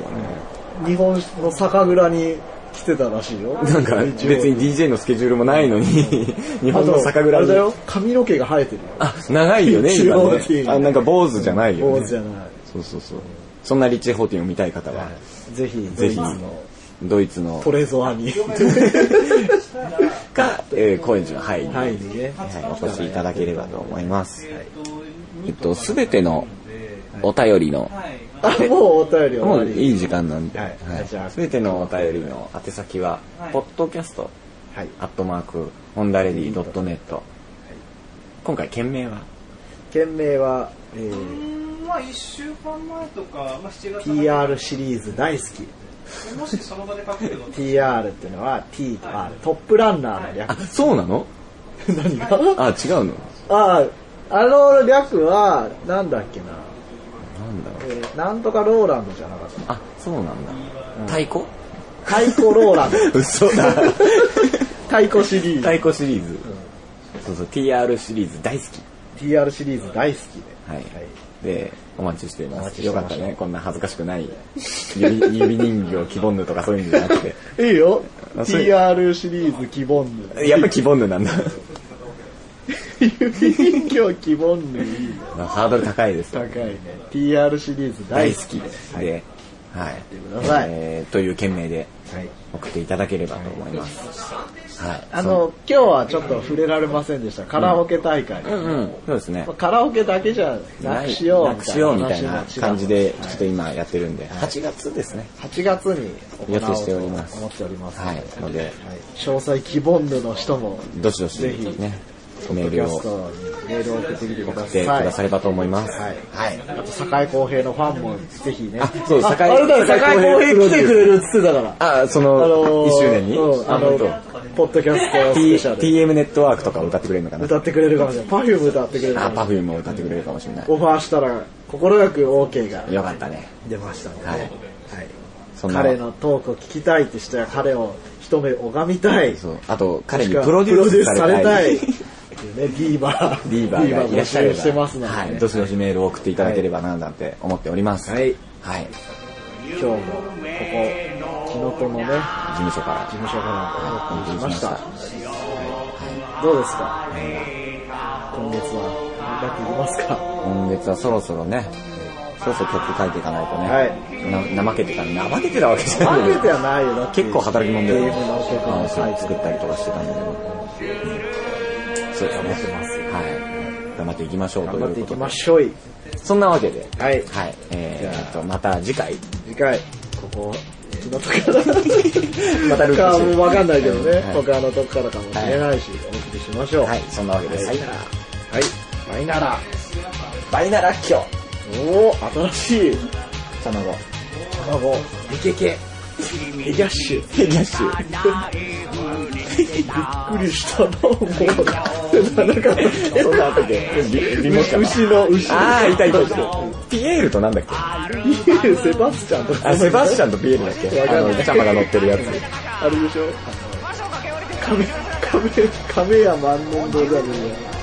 Speaker 2: 日本の酒蔵に来てたらしいよ。
Speaker 1: なんか別に DJ のスケジュールもない のに、日
Speaker 2: あ
Speaker 1: 本の
Speaker 2: と、
Speaker 1: 酒蔵
Speaker 2: あれだ
Speaker 1: に。
Speaker 2: よ、髪の毛が生えてるよ。
Speaker 1: あ、長いよね、
Speaker 2: リッチーホ
Speaker 1: 今
Speaker 2: ーティ
Speaker 1: ね。
Speaker 2: ン
Speaker 1: あ、なんか坊主じゃないよね。
Speaker 2: 坊主じゃない。
Speaker 1: そうそうそう。そんなリッチー・ホーティンを見たい方は、
Speaker 2: ぜひ、
Speaker 1: ぜひ
Speaker 2: ドイツの、
Speaker 1: ドイツの
Speaker 2: ト、レゾアに。
Speaker 1: か、えー、高円寺の範囲に
Speaker 2: はい、ね。
Speaker 1: はい、お越しいただければと思います。えっと、すべてのお便りの、
Speaker 2: あ、もうお便り終
Speaker 1: も
Speaker 2: わ
Speaker 1: う
Speaker 2: り。
Speaker 1: いい時間なんで、
Speaker 2: はいじゃあ
Speaker 1: すべてのお便りの宛先は、podcast
Speaker 2: はい
Speaker 1: アットマーク、ホンダレディドットネット。今回、件名は
Speaker 2: 件名は、え
Speaker 4: うー
Speaker 2: ー
Speaker 4: んまあ1週間前とか、まあ、7月の
Speaker 2: PR シリーズ大好き。
Speaker 4: もしその場で書くけど
Speaker 2: TR っていうのは T と R、トップランナーの
Speaker 1: あ、
Speaker 2: 略。
Speaker 1: そうなの
Speaker 2: 何が
Speaker 1: あ、違うの
Speaker 2: ああ、あの略は、なんだっけな、
Speaker 1: なんだ
Speaker 2: え
Speaker 1: ろう。
Speaker 2: ーなんとかローランドじゃなかった。
Speaker 1: あ、そうなんだ。太鼓
Speaker 2: 太鼓ローランド。
Speaker 1: 嘘だ。
Speaker 2: 太鼓シリ
Speaker 1: 太
Speaker 2: ーズ。
Speaker 1: 鼓シリーズ。そうそう、TR シリーズ大好き。
Speaker 2: TR シリーズ大好きで。
Speaker 1: はい。で、お待ちしてい
Speaker 2: お
Speaker 1: ま
Speaker 2: 待ち
Speaker 1: す。
Speaker 2: して
Speaker 1: よ
Speaker 2: ま
Speaker 1: か
Speaker 2: し
Speaker 1: ったたね。こんな恥ずかしくない。指指人形、キボンヌとかそういうんじゃなくて。
Speaker 2: いいよ。
Speaker 1: あそう
Speaker 2: TR シリーズ希望ぬ。
Speaker 1: やっぱキボンヌなん だ。
Speaker 2: 指人形希望ぬいいね。
Speaker 1: ハードル高いです。
Speaker 2: 高いね。TR シリーズ大
Speaker 1: 大
Speaker 2: 好
Speaker 1: 好
Speaker 2: き
Speaker 1: き
Speaker 2: で。
Speaker 1: ですす。で、はい
Speaker 2: てください。
Speaker 1: えーという件名で
Speaker 2: はい。
Speaker 1: 送っていただければと思います。はい。
Speaker 2: あの、今日はちょっと触れられませんでした。カラオケ大会。
Speaker 1: そ、うんうん、そうですね
Speaker 2: まあ。カラオケだけじゃなくしよう
Speaker 1: な
Speaker 2: み
Speaker 1: く
Speaker 2: た
Speaker 1: し
Speaker 2: いな
Speaker 1: よう
Speaker 2: 話
Speaker 1: み
Speaker 2: に
Speaker 1: た
Speaker 2: なっ
Speaker 1: い
Speaker 2: ちゃい
Speaker 1: な
Speaker 2: ました
Speaker 1: 感じで、ちょっと今やってるんで、8月ですね。
Speaker 2: 8月に行おうと
Speaker 1: 予定しております
Speaker 2: 思っておりますの
Speaker 1: は
Speaker 2: で
Speaker 1: い。ので、
Speaker 2: はい詳細希望ぬの人も
Speaker 1: どしどし
Speaker 2: ぜひ
Speaker 1: ね、
Speaker 2: ポ
Speaker 1: メ
Speaker 2: ッ
Speaker 1: ー
Speaker 2: ドキャ
Speaker 1: ル
Speaker 2: ス
Speaker 1: を
Speaker 2: トにメールを送ってきてく
Speaker 1: 送
Speaker 2: ださ
Speaker 1: っ
Speaker 2: い
Speaker 1: てくださればと思います。
Speaker 2: はい
Speaker 1: はい。
Speaker 2: あと坂井公平のファンもぜひね
Speaker 1: あそう
Speaker 2: あ
Speaker 1: 坂井
Speaker 2: あれだよ坂井公平来てくれるっつってたから
Speaker 1: あ、そ
Speaker 2: あの
Speaker 1: の、
Speaker 2: ー
Speaker 1: 1周年に、
Speaker 2: うんあの
Speaker 1: 本当
Speaker 2: ポッドキャストス
Speaker 1: T-
Speaker 2: ペシャル
Speaker 1: TM ネットワークとか歌ってくれるのかな
Speaker 2: 歌ってくれるかもしれない Perfume 歌ってくれるか
Speaker 1: あ、
Speaker 2: も
Speaker 1: パ
Speaker 2: し
Speaker 1: フュームも歌ってくれるかもしれな
Speaker 2: れないオファーしたら快く OK が
Speaker 1: い。よかったね。
Speaker 2: 出ましたね
Speaker 1: はい
Speaker 2: はい
Speaker 1: そんな
Speaker 2: 彼のトークを聞きたいって人や彼を一目拝みたい
Speaker 1: そう。あと、彼に
Speaker 2: もしく
Speaker 1: プロ
Speaker 2: は
Speaker 1: デュースされたい。
Speaker 2: プロデ ュースされたいっていうねディーバー
Speaker 1: リーバーがいらっしゃれ
Speaker 2: 募
Speaker 1: ば、
Speaker 2: 集してますので、ね
Speaker 1: はい、どしどしメールを送っていただければな、なんて思っております。
Speaker 2: はい。
Speaker 1: はい。
Speaker 2: 今日もここキノコのね
Speaker 1: 事務所から
Speaker 2: 事務所か
Speaker 1: お
Speaker 2: らオープン
Speaker 1: 送
Speaker 2: しま
Speaker 1: り
Speaker 2: したどうですか今月は頑張っていきますか
Speaker 1: 今月はそろそろね、そろそろ曲書いていかないとね、
Speaker 2: はい
Speaker 1: な怠けてた、怠けてたわけじゃない
Speaker 2: 負けてはないよだって
Speaker 1: 結構働き者で、
Speaker 2: ゲームの曲
Speaker 1: あ
Speaker 2: も
Speaker 1: のそう
Speaker 2: 書いて
Speaker 1: 作ったりとかしてたんだけど、うんそうですね。はい。頑張っていきましょうと
Speaker 2: 頑
Speaker 1: いうこと
Speaker 2: 張って
Speaker 1: で。
Speaker 2: いきましょい
Speaker 1: そんなわけで、
Speaker 2: はい
Speaker 1: はい。え
Speaker 2: じゃあ
Speaker 1: ー、えっと、また次回、
Speaker 2: 次回ここキノコから
Speaker 1: またループ
Speaker 2: か
Speaker 1: して
Speaker 2: もわかんないけどね、
Speaker 1: はい
Speaker 2: 他のとこからかもしれないし、お送りしましょう
Speaker 1: はい、そんなわけで、さよなら。
Speaker 2: はいバイナラ
Speaker 1: バイナラッキョ
Speaker 2: おお新しい
Speaker 1: 卵。
Speaker 2: 卵イケケイギャッシュ
Speaker 1: ヘギャッシュ。
Speaker 2: びっくりしたなもうなんか
Speaker 1: そんなわけで、リモ
Speaker 2: 牛牛の牛
Speaker 1: あー、いたいたいた。ピエールとなんだっけ
Speaker 2: セバスチャンとか
Speaker 1: あ、セバスチャンとピエールだっけ
Speaker 2: わ
Speaker 1: あ
Speaker 2: かんない
Speaker 1: の、チャパが乗ってるやつ。
Speaker 2: あれでしょ亀亀亀や万年堂だね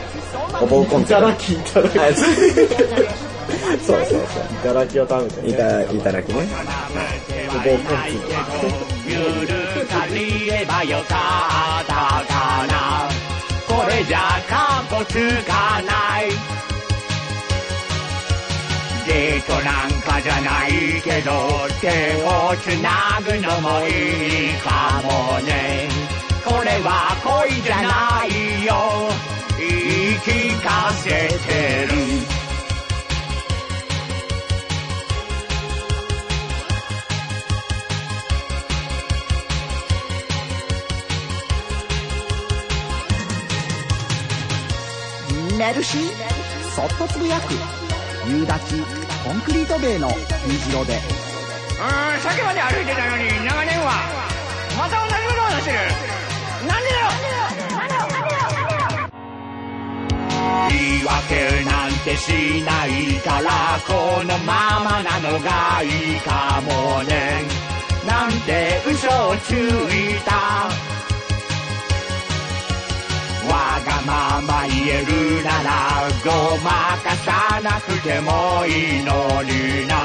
Speaker 1: おぼうコン
Speaker 2: い
Speaker 1: テ
Speaker 2: た
Speaker 1: ナ
Speaker 2: だきいただきい
Speaker 1: あ そうそうそうそ
Speaker 2: ただきを食べて
Speaker 1: う。い
Speaker 2: ね
Speaker 1: た、いただきね。
Speaker 2: ごぼうコンチ
Speaker 3: ゆるかりればよかったかなこれじゃかっこつかないデートなんかじゃないけど手をつなぐのもいいかもねこれは恋じゃないよ言い聞かせてる
Speaker 5: メルシーそっとつぶやく夕立コンクリート塀の虹色で
Speaker 3: うーん、さっきまで歩いてたのに、長年は。また同じことを話してる。なんでだよ言い訳なんてしないから、このままなのがいいかもね。なんて嘘をついた。わがまま言えるならごまかさなくてもいいのにな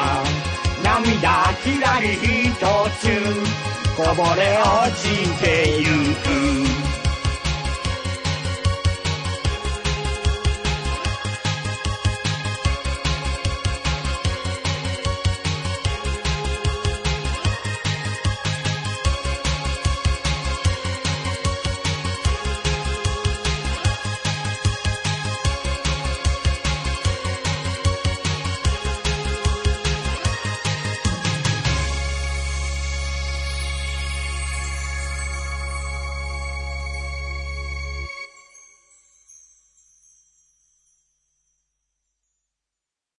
Speaker 3: 涙きらりひとつこぼれ落ちてゆく